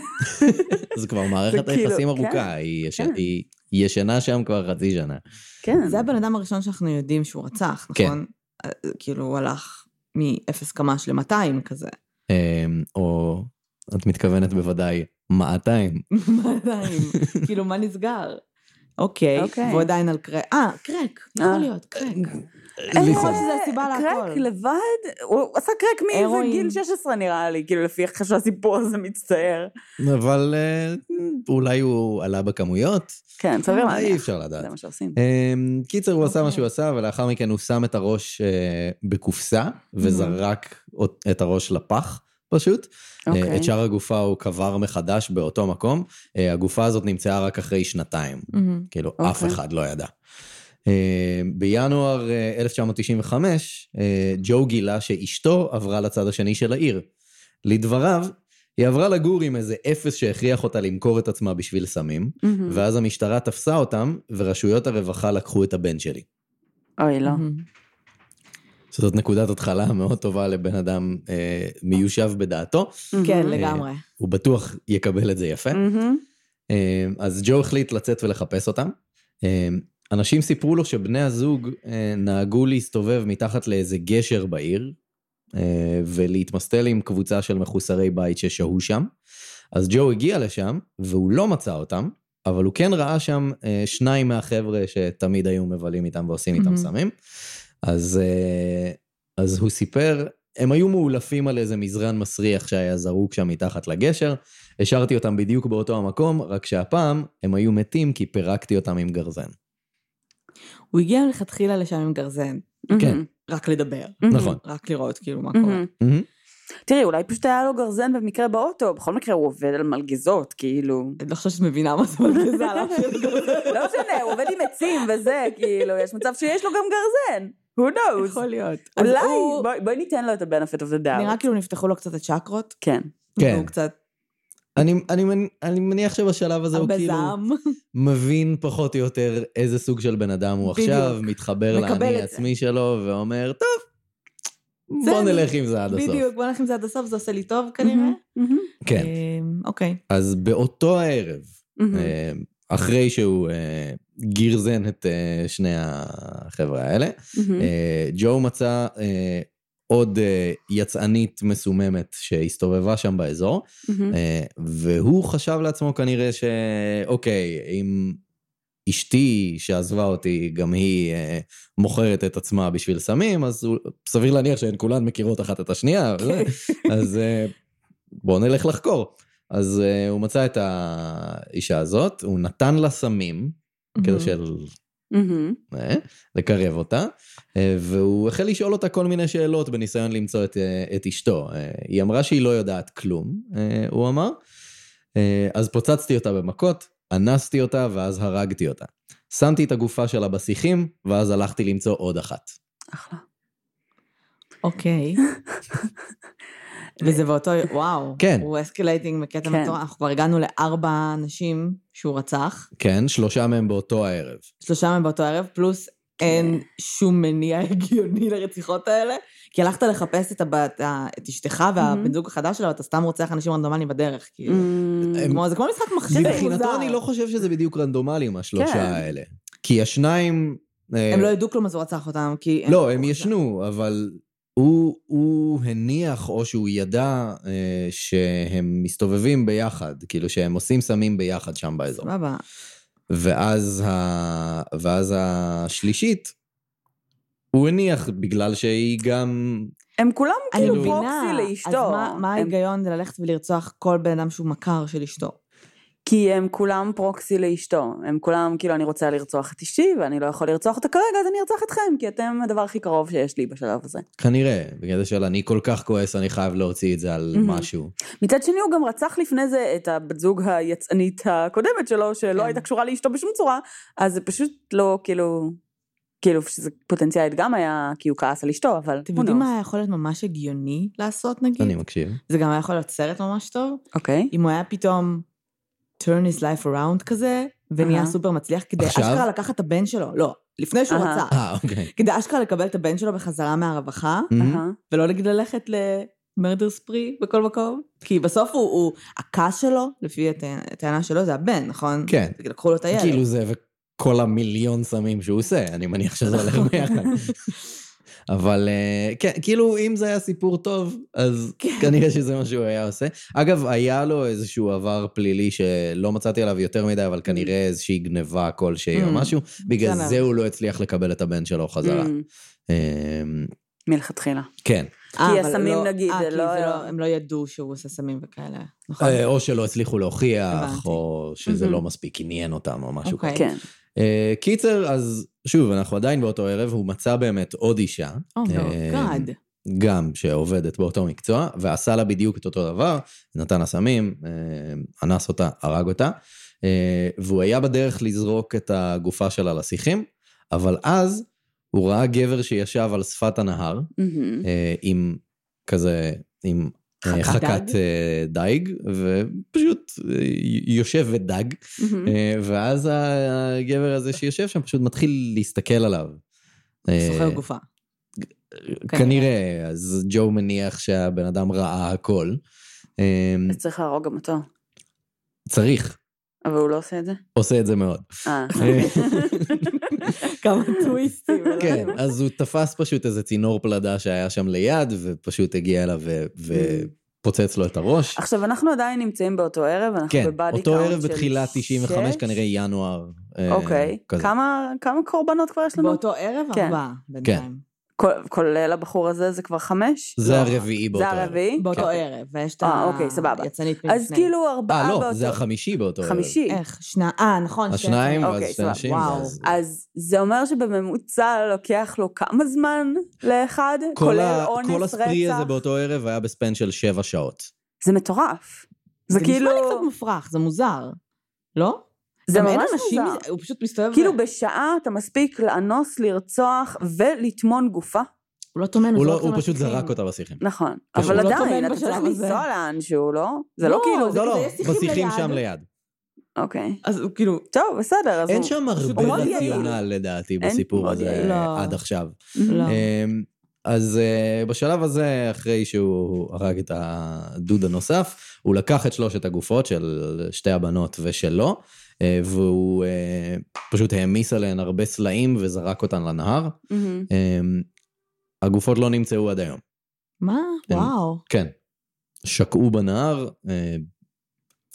[SPEAKER 3] *laughs* זה כבר מערכת
[SPEAKER 2] זה כאילו,
[SPEAKER 3] היחסים ארוכה,
[SPEAKER 2] כן,
[SPEAKER 3] היא ישן-
[SPEAKER 2] כן.
[SPEAKER 3] היא ישנה שם כבר חצי שנה.
[SPEAKER 2] כן.
[SPEAKER 1] זה הבן אדם הראשון שאנחנו יודעים שהוא רצח,
[SPEAKER 3] כן.
[SPEAKER 1] נכון? אה, כאילו, הוא הלך מ-0 קמ"ש ל-200 כזה. *laughs*
[SPEAKER 3] אמ, או את מתכוונת בוודאי, מעתיים.
[SPEAKER 1] מה עדיין? כאילו, מה נסגר? אוקיי,
[SPEAKER 2] אוקיי.
[SPEAKER 1] והוא עדיין על קרק. אה, קרק, יכול
[SPEAKER 2] אה.
[SPEAKER 1] להיות, קרק.
[SPEAKER 2] אה,
[SPEAKER 1] יכול להיות שזה הסיבה
[SPEAKER 2] קרק
[SPEAKER 1] להכל.
[SPEAKER 2] לבד? הוא עשה קרק מאיזה
[SPEAKER 1] הרואין.
[SPEAKER 2] גיל 16 נראה לי, כאילו לפי איך שהסיפור הזה מצטייר.
[SPEAKER 3] אבל אה, אולי הוא עלה בכמויות,
[SPEAKER 2] כן, סביר
[SPEAKER 3] אי
[SPEAKER 2] להניח.
[SPEAKER 3] אפשר לדעת.
[SPEAKER 2] זה מה שעושים.
[SPEAKER 3] אמ, קיצר, הוא עשה מה
[SPEAKER 1] אוקיי.
[SPEAKER 3] שהוא עשה, ולאחר מכן הוא שם את הראש אה, בקופסה, וזרק אות- את הראש לפח, פשוט. אה,
[SPEAKER 2] אוקיי.
[SPEAKER 3] את שאר הגופה הוא קבר מחדש באותו מקום. אה, הגופה הזאת נמצאה רק אחרי שנתיים,
[SPEAKER 1] מהמם.
[SPEAKER 3] כאילו,
[SPEAKER 2] אוקיי.
[SPEAKER 3] אף אחד לא ידע. אה, בינואר אה, 1995, אה, ג'ו גילה שאשתו עברה לצד השני של העיר. לדבריו, היא עברה לגור עם איזה אפס שהכריח אותה למכור את עצמה בשביל סמים,
[SPEAKER 2] מהמם.
[SPEAKER 3] ואז המשטרה תפסה אותם, ורשויות הרווחה לקחו את הבן שלי.
[SPEAKER 2] אוי, לא.
[SPEAKER 1] מהמם.
[SPEAKER 3] שזאת נקודת התחלה מאוד טובה לבן אדם אה, מיושב בדעתו,
[SPEAKER 1] כן,
[SPEAKER 2] מהמם. אה.
[SPEAKER 1] לגמרי.
[SPEAKER 3] הוא בטוח יקבל את זה יפה.
[SPEAKER 2] מהמם.
[SPEAKER 3] אה, אז ג'ו החליט לצאת ולחפש אותם. אה, אנשים סיפרו לו שבני הזוג אה, נהגו להסתובב מתחת לאיזה גשר בעיר, אה, ולהתמסטל עם קבוצה של מחוסרי בית ששהו שם. אז ג'ו הגיע לשם, והוא לא מצא אותם, אבל הוא כן ראה שם אה, שניים מהחבר'ה שתמיד היו מבלים איתם ועושים איתם
[SPEAKER 1] מהמם.
[SPEAKER 3] סמים. אז, אה, אז הוא סיפר, הם היו מאולפים על איזה מזרן מסריח שהיה זרוק שם מתחת לגשר. השארתי אותם בדיוק באותו המקום, רק שהפעם הם היו מתים כי פירקתי אותם עם גרזן.
[SPEAKER 1] הוא הגיע מלכתחילה לשם עם גרזן,
[SPEAKER 3] כן.
[SPEAKER 2] מהמם.
[SPEAKER 1] רק לדבר.
[SPEAKER 3] נכון.
[SPEAKER 1] רק לראות כאילו מה קורה.
[SPEAKER 2] מהמם. תראי, אולי פשוט היה לו גרזן במקרה באוטו, בכל מקרה הוא עובד על מלגזות, כאילו.
[SPEAKER 1] אני לא חושבת שאת מבינה מה זה מלגזה, על אף
[SPEAKER 2] *laughs*
[SPEAKER 1] של גרזן.
[SPEAKER 2] לא משנה, הוא עובד עם עצים וזה, כאילו, יש מצב שיש לו גם גרזן. Who knows?
[SPEAKER 1] יכול להיות. אז
[SPEAKER 2] אולי,
[SPEAKER 1] הוא-
[SPEAKER 2] בואי- בואי ניתן לו את ה-benefit of the
[SPEAKER 1] נראה
[SPEAKER 2] doubt.
[SPEAKER 1] כאילו נפתחו לו קצת הצ'קרות.
[SPEAKER 2] כן.
[SPEAKER 3] כן.
[SPEAKER 1] הוא קצת
[SPEAKER 3] אני, אני, מנ- אני מניח שבשלב הזה הוא
[SPEAKER 1] הרבה
[SPEAKER 3] כאילו
[SPEAKER 1] זעם.
[SPEAKER 3] מבין פחות או יותר איזה סוג של בן אדם הוא
[SPEAKER 1] בדיוק.
[SPEAKER 3] עכשיו, מתחבר
[SPEAKER 1] מקבל
[SPEAKER 3] לאני
[SPEAKER 1] את זה.
[SPEAKER 3] עצמי שלו ואומר, טוב,
[SPEAKER 1] זה
[SPEAKER 3] בוא
[SPEAKER 1] אני."
[SPEAKER 3] נלך עם זה עד הסוף.
[SPEAKER 1] בדיוק, בוא נלך עם זה עד הסוף, זה עושה לי טוב כנראה.
[SPEAKER 2] מהמם.
[SPEAKER 3] כן.
[SPEAKER 1] אמ, אוקיי.
[SPEAKER 3] אז באותו הערב,
[SPEAKER 2] מהמם.
[SPEAKER 3] אה, אחרי שהוא אה, גרזן את אה, שני החבר'ה האלה,
[SPEAKER 2] מהמם.
[SPEAKER 3] אה, ג'ו מצא אה, עוד אה, יצאנית מסוממת שהסתובבה שם באזור,
[SPEAKER 2] מהמם.
[SPEAKER 3] אה, והוא חשב לעצמו כנראה שאוקיי, אם אשתי שעזבה אותי, גם היא אה, מוכרת את עצמה בשביל סמים, אז הוא- סביר להניח שהן כולן מכירות אחת את השנייה, וזה. אז אה, בואו נלך לחקור. אז אה, הוא מצא את האישה הזאת, הוא נתן לה סמים, כדי של
[SPEAKER 2] מהמם.
[SPEAKER 3] אה, לקרב אותה, אה, והוא החל לשאול אותה כל מיני שאלות בניסיון למצוא את, אה, את אשתו. אה, היא אמרה שהיא לא יודעת כלום, אה, הוא אמר, אה, אז פוצצתי אותה במכות, אנסתי אותה ואז הרגתי אותה. שמתי את הגופה שלה בשיחים, ואז הלכתי למצוא עוד אחת.
[SPEAKER 2] אחלה. *laughs*
[SPEAKER 1] אוקיי. וזה באותו, וואו.
[SPEAKER 3] כן.
[SPEAKER 1] הוא אסקלייטינג בקטע
[SPEAKER 2] כן.
[SPEAKER 1] מטורף. אנחנו כבר הגענו לארבע נשים שהוא רצח,
[SPEAKER 3] כן, שלושה מהם באותו הערב.
[SPEAKER 1] שלושה מהם באותו ערב, פלוס אין
[SPEAKER 3] כן.
[SPEAKER 1] שום מניע הגיוני לרציחות האלה. כי הלכת לחפש את הבת- ה- את אשתך
[SPEAKER 3] Mm-hmm.
[SPEAKER 1] והבן זוג החדש שלה, ואתה סתם רוצח אנשים רנדומליים בדרך, כאילו.
[SPEAKER 2] מהמם.
[SPEAKER 1] כמו- זה כמו משחק מחשב מוזר.
[SPEAKER 3] Mm-hmm. מבחינתו אני לא חושב שזה בדיוק רנדומליים,
[SPEAKER 2] כן.
[SPEAKER 3] השלושה האלה. כי השניים... אה,
[SPEAKER 1] הם לא ידעו כלום, אז הוא רצח אותם, כי...
[SPEAKER 3] לא, הם ישנו, אבל הוא, הוא הניח או שהוא ידע אה, שהם מסתובבים ביחד, כאילו שהם עושים סמים ביחד שם באזור.
[SPEAKER 1] סבבה.
[SPEAKER 3] ואז, ה, ואז השלישית, הוא הניח בגלל שהיא גם...
[SPEAKER 2] הם כולם
[SPEAKER 1] אני
[SPEAKER 2] כאילו
[SPEAKER 3] כאילו-
[SPEAKER 2] פרוקסי
[SPEAKER 1] מבינה,
[SPEAKER 2] לאשתו.
[SPEAKER 1] אז מה- מה
[SPEAKER 2] הם-
[SPEAKER 1] ההיגיון זה ללכת ולרצוח כל בן אדם שהוא מכר של אשתו?
[SPEAKER 2] כי הם כולם פרוקסי לאשתו. הם כולם, כאילו, אני רוצה לרצוח את אשתי, ואני לא יכול לרצוח אותה כרגע, אז אני ארצח אתכם, כי אתם הדבר הכי קרוב שיש לי בשלב הזה.
[SPEAKER 3] כנראה, בגלל זה של אני כל כך כועס, אני חייב להוציא את זה על
[SPEAKER 2] Mhm.
[SPEAKER 3] משהו.
[SPEAKER 2] מצד שני, הוא גם רצח לפני זה את הבת זוג היצאנית הקודמת שלו, שלא
[SPEAKER 1] כן.
[SPEAKER 2] הייתה קשורה לאשתו בשום צורה, אז זה פשוט לא, כאילו... כאילו, שזה פוטנציאלית גם היה, כי הוא כעס על אשתו, אבל...
[SPEAKER 1] אתם
[SPEAKER 2] who
[SPEAKER 1] יודעים
[SPEAKER 2] knows?
[SPEAKER 1] מה היה יכול להיות ממש הגיוני לעשות, נגיד?
[SPEAKER 3] אני מקשיב.
[SPEAKER 1] זה גם היה יכול להיות סרט ממש טוב,
[SPEAKER 2] אוקיי.
[SPEAKER 1] אם הוא היה פתאום turn his life around כזה, ונהיה
[SPEAKER 2] אהה.
[SPEAKER 1] סופר מצליח, כדי
[SPEAKER 3] עכשיו?
[SPEAKER 1] אשכרה לקחת את הבן שלו, לא, לפני שהוא
[SPEAKER 2] אהה.
[SPEAKER 1] רצח,
[SPEAKER 3] אה, אוקיי.
[SPEAKER 1] כדי אשכרה לקבל את הבן שלו בחזרה מהרווחה,
[SPEAKER 3] Mhm.
[SPEAKER 2] אהה.
[SPEAKER 1] ולא נגיד ללכת למרדר ספרי בכל מקום, כי בסוף הוא, הוא הכעס שלו, לפי הטע- הטענה שלו, זה הבן, נכון?
[SPEAKER 3] כן.
[SPEAKER 1] לקחו לו את הילד.
[SPEAKER 3] כאילו זה וכל המיליון סמים שהוא עושה, אני מניח שזה הולך
[SPEAKER 1] נכון.
[SPEAKER 3] ביחד. אבל אה, כן, כאילו אם זה היה סיפור טוב, אז
[SPEAKER 1] כן.
[SPEAKER 3] כנראה שזה מה שהוא היה עושה. אגב, היה לו איזשהו עבר פלילי שלא מצאתי עליו יותר מדי, אבל כנראה איזושהי גניבה כלשהי או
[SPEAKER 1] Mm.
[SPEAKER 3] משהו, בגלל
[SPEAKER 1] בסדר.
[SPEAKER 3] זה הוא לא הצליח לקבל את הבן שלו חזרה.
[SPEAKER 2] אמ,
[SPEAKER 3] אה,
[SPEAKER 2] מלכתחילה.
[SPEAKER 3] כן,
[SPEAKER 1] אה,
[SPEAKER 2] כי
[SPEAKER 1] אבל
[SPEAKER 2] הסמים, נגיד,
[SPEAKER 1] אה,
[SPEAKER 2] זה
[SPEAKER 1] כי
[SPEAKER 2] לא-
[SPEAKER 1] זה הם לא ידעו שהוא עושה סמים וכאלה, נכון?
[SPEAKER 3] אה, או שלא הצליחו להוכיח,
[SPEAKER 1] הבנתי. Mm-hmm.
[SPEAKER 3] או שזה
[SPEAKER 2] Mhm.
[SPEAKER 3] לא מספיק עניין אותם או משהו
[SPEAKER 1] אוקיי.
[SPEAKER 3] כזה.
[SPEAKER 2] כן.
[SPEAKER 3] אה, קיצר, אז שוב, אנחנו עדיין באותו ערב, הוא מצא באמת עוד אישה.
[SPEAKER 1] Oh
[SPEAKER 3] אה,
[SPEAKER 1] אומייגאד.
[SPEAKER 3] גם שעובדת באותו מקצוע, ועשה לה בדיוק את אותו דבר, נתן לה סמים, אה, אנס אותה, הרג אותה, אה, והוא היה בדרך לזרוק את הגופה שלה לשיחים, אבל אז הוא ראה גבר שישב על שפת הנהר,
[SPEAKER 2] מהמם.
[SPEAKER 3] אה, עם כזה, עם אה,
[SPEAKER 1] חכת
[SPEAKER 3] חכת
[SPEAKER 1] דג?
[SPEAKER 3] אה, דיג, ופשוט אה, י- יושב ודג,
[SPEAKER 2] מהמם.
[SPEAKER 3] אה, ואז הגבר הזה שיושב שם פשוט מתחיל להסתכל עליו. אה,
[SPEAKER 1] סוחר גופה.
[SPEAKER 3] כנראה, אז ג'ו מניח שהבן אדם ראה הכל. אה,
[SPEAKER 2] אז צריך להרוג גם אותו.
[SPEAKER 3] צריך,
[SPEAKER 2] אבל הוא לא עושה את זה?
[SPEAKER 3] עושה את זה מאוד.
[SPEAKER 2] *laughs* אה, כן.
[SPEAKER 1] כמה
[SPEAKER 2] *laughs*
[SPEAKER 1] טוויסטים.
[SPEAKER 3] כן, אז הוא תפס פשוט איזה צינור פלדה שהיה שם ליד, ופשוט הגיע אליו ו- ופוצץ לו את הראש.
[SPEAKER 2] עכשיו, אנחנו עדיין נמצאים באותו ערב, אנחנו
[SPEAKER 3] כן,
[SPEAKER 2] בבאדי
[SPEAKER 3] אותו
[SPEAKER 2] קאונט
[SPEAKER 3] ערב
[SPEAKER 2] של
[SPEAKER 3] בתחילת 95,
[SPEAKER 2] שש.
[SPEAKER 3] כנראה ינואר. אה,
[SPEAKER 2] אוקיי.
[SPEAKER 3] כזה.
[SPEAKER 2] כמה- כמה קורבנות כבר יש לנו?
[SPEAKER 1] באותו ערב
[SPEAKER 2] כן.
[SPEAKER 1] ארבעה בינתיים.
[SPEAKER 2] כל- כולל הבחור הזה, זה כבר חמש?
[SPEAKER 3] זה
[SPEAKER 2] לא.
[SPEAKER 3] הרביעי באותו
[SPEAKER 2] זה
[SPEAKER 3] ערב.
[SPEAKER 2] הרביעי?
[SPEAKER 1] באותו
[SPEAKER 3] כן.
[SPEAKER 1] ערב, ויש את
[SPEAKER 2] אה, אוקיי, סבבה.
[SPEAKER 1] היצנית מלפני.
[SPEAKER 2] אז כאילו ארבעה
[SPEAKER 3] אה,
[SPEAKER 2] באותו...
[SPEAKER 3] לא, זה החמישי באותו ערב.
[SPEAKER 2] חמישי.
[SPEAKER 1] איך? שנה... אה, נכון. שתי
[SPEAKER 3] השניים
[SPEAKER 1] יצניות.
[SPEAKER 3] ואז
[SPEAKER 2] אוקיי,
[SPEAKER 3] שתי
[SPEAKER 2] סבבה.
[SPEAKER 3] נשים.
[SPEAKER 1] וואו.
[SPEAKER 3] ואז-
[SPEAKER 2] אז זה אומר שבממוצע לוקח לו כמה זמן לאחד?
[SPEAKER 3] כל
[SPEAKER 2] כולל
[SPEAKER 3] ה-
[SPEAKER 2] אונס, רצח?
[SPEAKER 3] כל הספרי הזה באותו ערב היה בספן של שבע שעות.
[SPEAKER 2] זה מטורף. זה כאילו...
[SPEAKER 1] אוקיי. נשמע לי קצת מופרך, זה מוזר. לא?
[SPEAKER 2] זה
[SPEAKER 1] גם אין
[SPEAKER 2] ממש
[SPEAKER 1] אנשים-
[SPEAKER 2] מוזר.
[SPEAKER 1] הוא פשוט מסתובב...
[SPEAKER 2] כאילו בשעה אתה מספיק לאנוס, לרצוח ולטמון גופה?
[SPEAKER 1] הוא לא טומן, הוא
[SPEAKER 3] הוא לא-
[SPEAKER 1] זורק
[SPEAKER 3] הוא
[SPEAKER 1] אותם
[SPEAKER 3] פשוט
[SPEAKER 1] לשיחים.
[SPEAKER 3] זרק אותה בשיחים.
[SPEAKER 2] נכון.
[SPEAKER 3] פשוט
[SPEAKER 2] אבל
[SPEAKER 1] לא
[SPEAKER 2] עדיין,
[SPEAKER 1] טומן
[SPEAKER 2] אתה
[SPEAKER 1] בשלב
[SPEAKER 2] צריך
[SPEAKER 1] הזה.
[SPEAKER 2] לנסוע לאנשהו, לא? זה לא
[SPEAKER 1] לא,
[SPEAKER 2] כאילו...
[SPEAKER 1] זה
[SPEAKER 3] לא, לא,
[SPEAKER 1] כזה, יש שיחים
[SPEAKER 3] בשיחים
[SPEAKER 1] ליד.
[SPEAKER 3] שם ליד.
[SPEAKER 2] אוקיי.
[SPEAKER 1] אז הוא כאילו...
[SPEAKER 2] טוב, בסדר, אז
[SPEAKER 3] אין
[SPEAKER 2] הוא-
[SPEAKER 3] שם
[SPEAKER 1] פשוט
[SPEAKER 3] הרבה
[SPEAKER 2] מאוד יעיל.
[SPEAKER 3] רציונל לדעתי
[SPEAKER 2] אין?
[SPEAKER 3] בסיפור
[SPEAKER 2] מאוד
[SPEAKER 3] הזה
[SPEAKER 2] יעיל.
[SPEAKER 1] לא.
[SPEAKER 3] עד עכשיו.
[SPEAKER 2] מהמם.
[SPEAKER 1] לא.
[SPEAKER 3] אמ, אז אה, בשלב הזה, אחרי שהוא הרג את הדוד הנוסף, הוא לקח את שלושת הגופות של שתי הבנות ושלו, אה, והוא אה, פשוט העמיס עליהן הרבה סלעים וזרק אותן לנהר.
[SPEAKER 2] מהמם.
[SPEAKER 3] אמ, הגופות לא נמצאו עד היום.
[SPEAKER 1] מה?
[SPEAKER 3] אין.
[SPEAKER 1] וואו.
[SPEAKER 3] כן. שקעו בנהר, אה,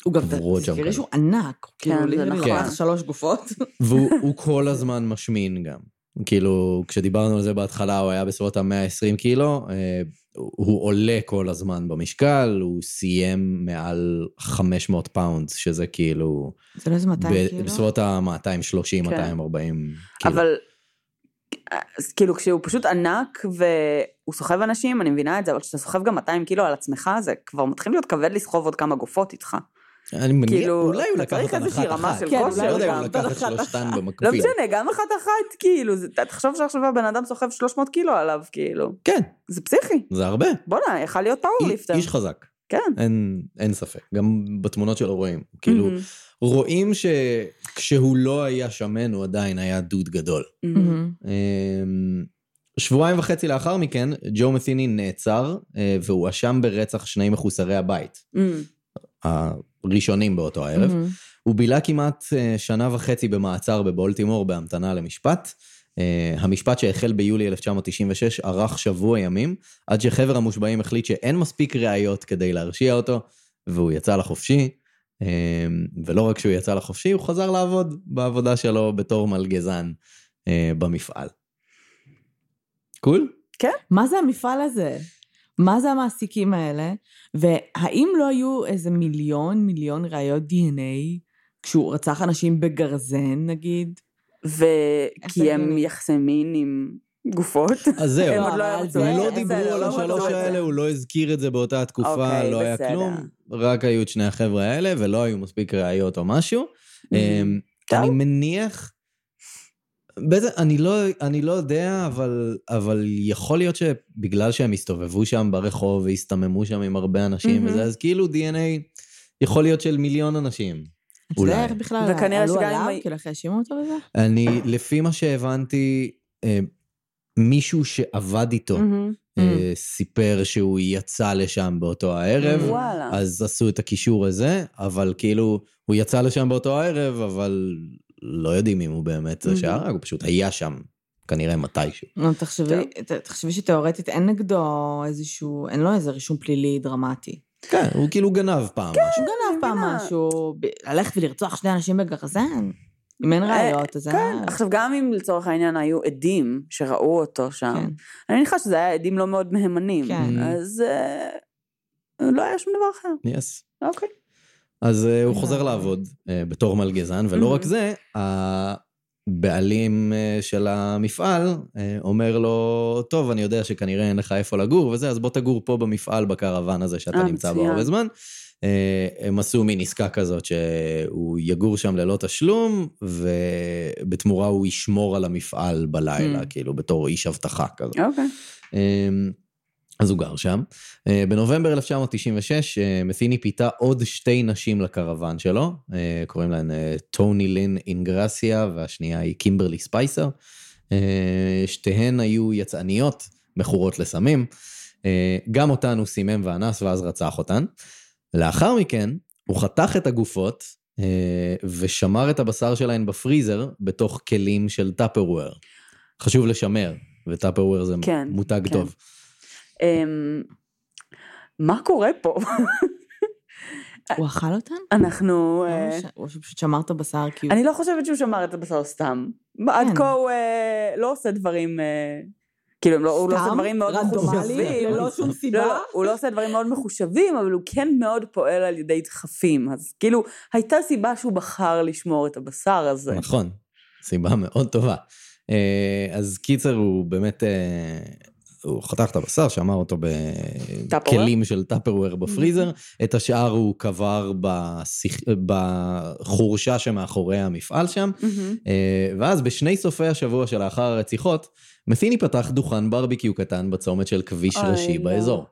[SPEAKER 1] הוא גם...
[SPEAKER 3] גבורות שם
[SPEAKER 1] תזכרי
[SPEAKER 3] כאלה.
[SPEAKER 1] שהוא ענק. הוא כאילו,
[SPEAKER 2] זה
[SPEAKER 1] לי
[SPEAKER 2] נכון.
[SPEAKER 1] לקח שלוש
[SPEAKER 2] *laughs*
[SPEAKER 1] גופות.
[SPEAKER 3] והוא הוא כל הזמן משמין גם. כאילו, כשדיברנו על זה בהתחלה, הוא היה בסביבות ה-120 קילו, אה, הוא- הוא עולה כל הזמן במשקל, הוא סיים מעל 500 פאונדס, שזה כאילו...
[SPEAKER 1] זה לא איזה 200
[SPEAKER 3] ב-
[SPEAKER 1] קילו?
[SPEAKER 3] בסביבות ה-230,
[SPEAKER 2] כן.
[SPEAKER 3] 240 קילו.
[SPEAKER 2] אבל... אז כאילו כשהוא פשוט ענק והוא סוחב אנשים, אני מבינה את זה, אבל כשאתה סוחב גם 200 קילו על עצמך, זה כבר מתחיל להיות כבד לסחוב עוד כמה גופות איתך.
[SPEAKER 3] אני מניח,
[SPEAKER 2] כאילו,
[SPEAKER 3] אולי
[SPEAKER 2] אתה
[SPEAKER 3] הוא לקח
[SPEAKER 2] צריך
[SPEAKER 3] אותן
[SPEAKER 2] איזושהי
[SPEAKER 3] אחת
[SPEAKER 2] רמה
[SPEAKER 3] אחת.
[SPEAKER 2] של
[SPEAKER 3] כן,
[SPEAKER 1] כושר
[SPEAKER 3] אולי הוא
[SPEAKER 1] גם.
[SPEAKER 3] לקח את
[SPEAKER 1] אחת אחת.
[SPEAKER 3] שלושתן
[SPEAKER 2] לא
[SPEAKER 3] במקביל.
[SPEAKER 2] משנה, גם אחת אחת, כאילו, זה- תחשוב שעכשיו הבן אדם סוחב 300 קילו עליו, כאילו.
[SPEAKER 3] כן,
[SPEAKER 2] זה פסיכי.
[SPEAKER 3] זה הרבה.
[SPEAKER 2] בואנה, יכל להיות
[SPEAKER 3] איש
[SPEAKER 2] פאורליפטר.
[SPEAKER 3] איש חזק,
[SPEAKER 2] כן.
[SPEAKER 3] אין- אין ספק. גם בתמונות שלו רואים. כאילו,
[SPEAKER 2] מהמם.
[SPEAKER 3] רואים שכשהוא לא היה שמן, הוא עדיין היה דוד גדול.
[SPEAKER 2] מהמם.
[SPEAKER 1] מהמם.
[SPEAKER 3] אמ, שבועיים וחצי לאחר מכן, ג'ו מסיני נעצר אה, והואשם ברצח שני מחוסרי הבית,
[SPEAKER 2] מהמם.
[SPEAKER 3] הראשונים באותו הערב.
[SPEAKER 1] מהמם.
[SPEAKER 3] הוא בילה כמעט אה, שנה וחצי במעצר בבולטימור בהמתנה למשפט. אה, המשפט שהחל ביולי 1996 ארך שבוע ימים, עד שחבר המושבעים החליט שאין מספיק ראיות כדי להרשיע אותו, והוא יצא לחופשי. אה, ולא רק שהוא יצא לחופשי, הוא חזר לעבוד בעבודה שלו בתור מלגזן אה, במפעל. קול?
[SPEAKER 1] מה זה המפעל הזה? מה זה המעסיקים האלה? והאם לא היו איזה מיליון, מיליון ראיות DNA כשהוא רצח אנשים בגרזן, נגיד?
[SPEAKER 2] וכי הם
[SPEAKER 1] הגיוני?
[SPEAKER 2] יחסי מין עם גופות.
[SPEAKER 3] אז זהו.
[SPEAKER 2] הם עוד לא
[SPEAKER 1] אבל
[SPEAKER 2] ירצו
[SPEAKER 1] זה-
[SPEAKER 3] הם
[SPEAKER 2] את
[SPEAKER 3] לא
[SPEAKER 1] בסדר,
[SPEAKER 3] דיברו
[SPEAKER 1] לא
[SPEAKER 3] על
[SPEAKER 1] מצאו
[SPEAKER 3] השלוש
[SPEAKER 1] את זה.
[SPEAKER 3] האלה, הוא לא הזכיר את זה באותה התקופה,
[SPEAKER 2] אוקיי,
[SPEAKER 3] לא היה
[SPEAKER 2] בסדר.
[SPEAKER 3] כלום. רק היו את שני החבר'ה האלה, ולא היו מספיק ראיות או משהו.
[SPEAKER 1] Mm-hmm.
[SPEAKER 3] אמ,
[SPEAKER 2] טוב.
[SPEAKER 3] אני מניח... בעצם, אני לא, אני לא יודע, אבל, אבל יכול להיות שבגלל שהם הסתובבו שם ברחוב והסתממו שם עם הרבה אנשים
[SPEAKER 1] Mm-hmm.
[SPEAKER 2] מהמם.
[SPEAKER 3] וזה, אז כאילו DNA יכול להיות של מיליון אנשים.
[SPEAKER 1] אתה
[SPEAKER 3] אולי.
[SPEAKER 1] יודע איך בכלל
[SPEAKER 2] וכנראה
[SPEAKER 1] עלו
[SPEAKER 2] שגם
[SPEAKER 1] עליו?
[SPEAKER 2] אם-
[SPEAKER 1] כאילו, איך האשימו אותו בזה?
[SPEAKER 3] אני, לפי מה שהבנתי, אה, מישהו שעבד איתו
[SPEAKER 1] Mm-hmm.
[SPEAKER 2] מהמם.
[SPEAKER 3] אה, סיפר שהוא יצא לשם באותו הערב,
[SPEAKER 1] Mm.
[SPEAKER 2] וואלה.
[SPEAKER 3] אז עשו את הקישור הזה, אבל כאילו, הוא יצא לשם באותו הערב, אבל לא יודעים אם הוא באמת זה
[SPEAKER 2] Mhm.
[SPEAKER 3] שהרג, הוא פשוט היה שם, כנראה מתישהו.
[SPEAKER 1] נו, תחשבי, ת- תחשבי שתאורטית אין נגדו איזשהו, אין לו איזה רישום פלילי דרמטי.
[SPEAKER 3] כן, הוא כאילו גנב פעם משהו.
[SPEAKER 1] הוא גנב פעם
[SPEAKER 2] מבינה.
[SPEAKER 1] משהו, ב- ללכת ולרצוח שני אנשים בגרזן? אם אין
[SPEAKER 2] אה,
[SPEAKER 1] ראיות, אז זה...
[SPEAKER 2] כן, עכשיו גם אם לצורך העניין היו עדים שראו אותו שם,
[SPEAKER 1] כן.
[SPEAKER 2] אני מניחה שזה היה עדים לא מאוד מהימנים,
[SPEAKER 1] כן.
[SPEAKER 2] אז אה, לא היה שום דבר אחר.
[SPEAKER 3] יס.
[SPEAKER 2] אוקיי.
[SPEAKER 3] אז אה,
[SPEAKER 2] נכון.
[SPEAKER 3] הוא חוזר
[SPEAKER 1] הבנתי.
[SPEAKER 3] לעבוד אה, בתור מלגזן, ולא
[SPEAKER 2] Mhm.
[SPEAKER 3] רק זה, הבעלים אה, של המפעל אה, אומר לו, טוב, אני יודע שכנראה אין לך איפה לגור וזה, אז בוא תגור פה במפעל בקרוון הזה שאתה
[SPEAKER 2] אה,
[SPEAKER 3] נמצא בו
[SPEAKER 2] מצוין.
[SPEAKER 3] הרבה זמן. אה, הם עשו מין עסקה כזאת שהוא יגור שם ללא תשלום, ובתמורה הוא ישמור על המפעל בלילה,
[SPEAKER 1] Mm.
[SPEAKER 3] כאילו בתור איש אבטחה כזה.
[SPEAKER 2] אוקיי.
[SPEAKER 3] אמ, אז הוא גר שם. אה, בנובמבר 1996, אה, מסיני פיתה עוד שתי נשים לקרוון שלו, אה, קוראים להן אה, טוני לין אינגרסיה, והשנייה היא קימברלי ספייסר. אה, שתיהן היו יצאניות, מכורות לסמים. אה, גם אותן הוא סימם ואנס ואז רצח אותן. לאחר מכן, הוא חתך את הגופות אה, ושמר את הבשר שלהן בפריזר בתוך כלים של טאפרוור. חשוב לשמר, וטאפרוור זה
[SPEAKER 2] כן,
[SPEAKER 3] מותג
[SPEAKER 2] כן.
[SPEAKER 3] טוב.
[SPEAKER 2] אמ, מה קורה פה? *laughs*
[SPEAKER 1] אה, הוא אכל אותן?
[SPEAKER 2] אנחנו...
[SPEAKER 1] לא
[SPEAKER 2] אה,
[SPEAKER 1] מש- או שפשוט שמר את הבשר כי הוא...
[SPEAKER 2] אני לא חושבת שהוא שמר את הבשר סתם. עד
[SPEAKER 1] כן.
[SPEAKER 2] כה הוא אה, לא עושה דברים... אה, כאילו, הם לא- הוא לא עושה
[SPEAKER 1] סתם?
[SPEAKER 2] דברים מאוד
[SPEAKER 1] רנדומלי?
[SPEAKER 2] מחושבים.
[SPEAKER 1] ללא שום
[SPEAKER 2] לא,
[SPEAKER 1] סיבה?
[SPEAKER 2] לא, הוא לא עושה דברים מאוד מחושבים, אבל הוא כן מאוד פועל על ידי דחפים. אז כאילו, הייתה סיבה שהוא בחר לשמור את הבשר הזה.
[SPEAKER 3] נכון, סיבה מאוד טובה. אה, אז קיצר, הוא באמת, אה, הוא חתך את הבשר, שמר אותו
[SPEAKER 2] טאפרוור?
[SPEAKER 3] בכלים של טאפרוור בפריזר,
[SPEAKER 2] Mm-hmm.
[SPEAKER 3] את השאר הוא קבר בשיח- בחורשה שמאחורי המפעל שם,
[SPEAKER 2] מהמם.
[SPEAKER 3] אה, ואז בשני סופי השבוע שלאחר הרציחות, מסיני פתח דוכן ברביקיו קטן בצומת של כביש
[SPEAKER 2] אוי,
[SPEAKER 3] ראשי
[SPEAKER 2] לא.
[SPEAKER 3] באזור.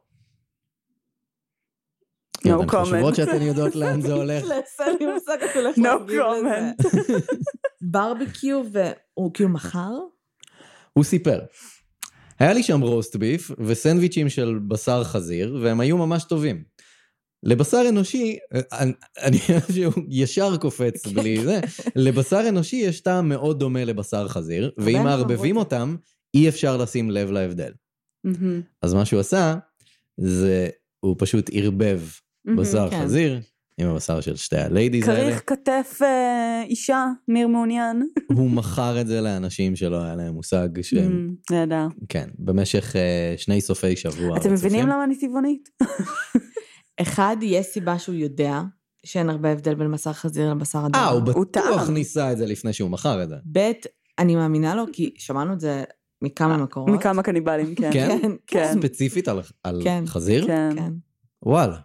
[SPEAKER 2] No
[SPEAKER 3] אתן
[SPEAKER 2] comment. לא.
[SPEAKER 3] חושבות שאתן יודעות לאן
[SPEAKER 1] *laughs*
[SPEAKER 3] זה
[SPEAKER 2] *laughs*
[SPEAKER 3] הולך?
[SPEAKER 1] לסל, אין לי מושג איך הוא הולך
[SPEAKER 2] No
[SPEAKER 1] להגיב
[SPEAKER 2] comment.
[SPEAKER 1] לזה. *laughs* ברביקיו והוא כאילו מכר?
[SPEAKER 3] הוא סיפר. היה לי שם רוסט ביף וסנדוויצ'ים של בשר חזיר, והם היו ממש טובים. לבשר אנושי, אני- אני חושב שהוא ישר קופץ
[SPEAKER 2] כן.
[SPEAKER 3] בלי זה, לבשר אנושי יש טעם מאוד דומה לבשר חזיר, ואם
[SPEAKER 1] הרבה
[SPEAKER 3] מערבבים
[SPEAKER 1] מחלבות.
[SPEAKER 3] אותם, אי אפשר לשים לב להבדל.
[SPEAKER 2] מהמם.
[SPEAKER 3] אז מה שהוא עשה, זה הוא פשוט ערבב בשר
[SPEAKER 1] כן.
[SPEAKER 3] חזיר עם הבשר של שתי הליידיז האלה.
[SPEAKER 2] כריך כתף אה, אישה, ניר מעוניין.
[SPEAKER 3] *laughs* הוא מכר את זה לאנשים שלא היה להם מושג שהם,
[SPEAKER 2] מהמם, נהדר.
[SPEAKER 3] כן, במשך אה, שני סופי שבוע.
[SPEAKER 2] אתם מבינים
[SPEAKER 3] רצופים.
[SPEAKER 2] למה אני טבעונית?
[SPEAKER 1] אחד, יש סיבה שהוא יודע שאין הרבה הבדל בין בשר חזיר לבשר אדם.
[SPEAKER 3] אה, הוא
[SPEAKER 2] הוא
[SPEAKER 3] בטוח
[SPEAKER 2] טעם.
[SPEAKER 3] ניסה את זה לפני שהוא מכר את זה.
[SPEAKER 1] ב', אני מאמינה לו, כי שמענו את זה מכמה מקורות.
[SPEAKER 2] אה, מכמה קניבלים, כן.
[SPEAKER 3] כן?
[SPEAKER 1] *laughs* כן,
[SPEAKER 2] כן.
[SPEAKER 3] ספציפית על- על
[SPEAKER 1] כן.
[SPEAKER 3] חזיר?
[SPEAKER 2] כן.
[SPEAKER 1] כן.
[SPEAKER 3] וואלה.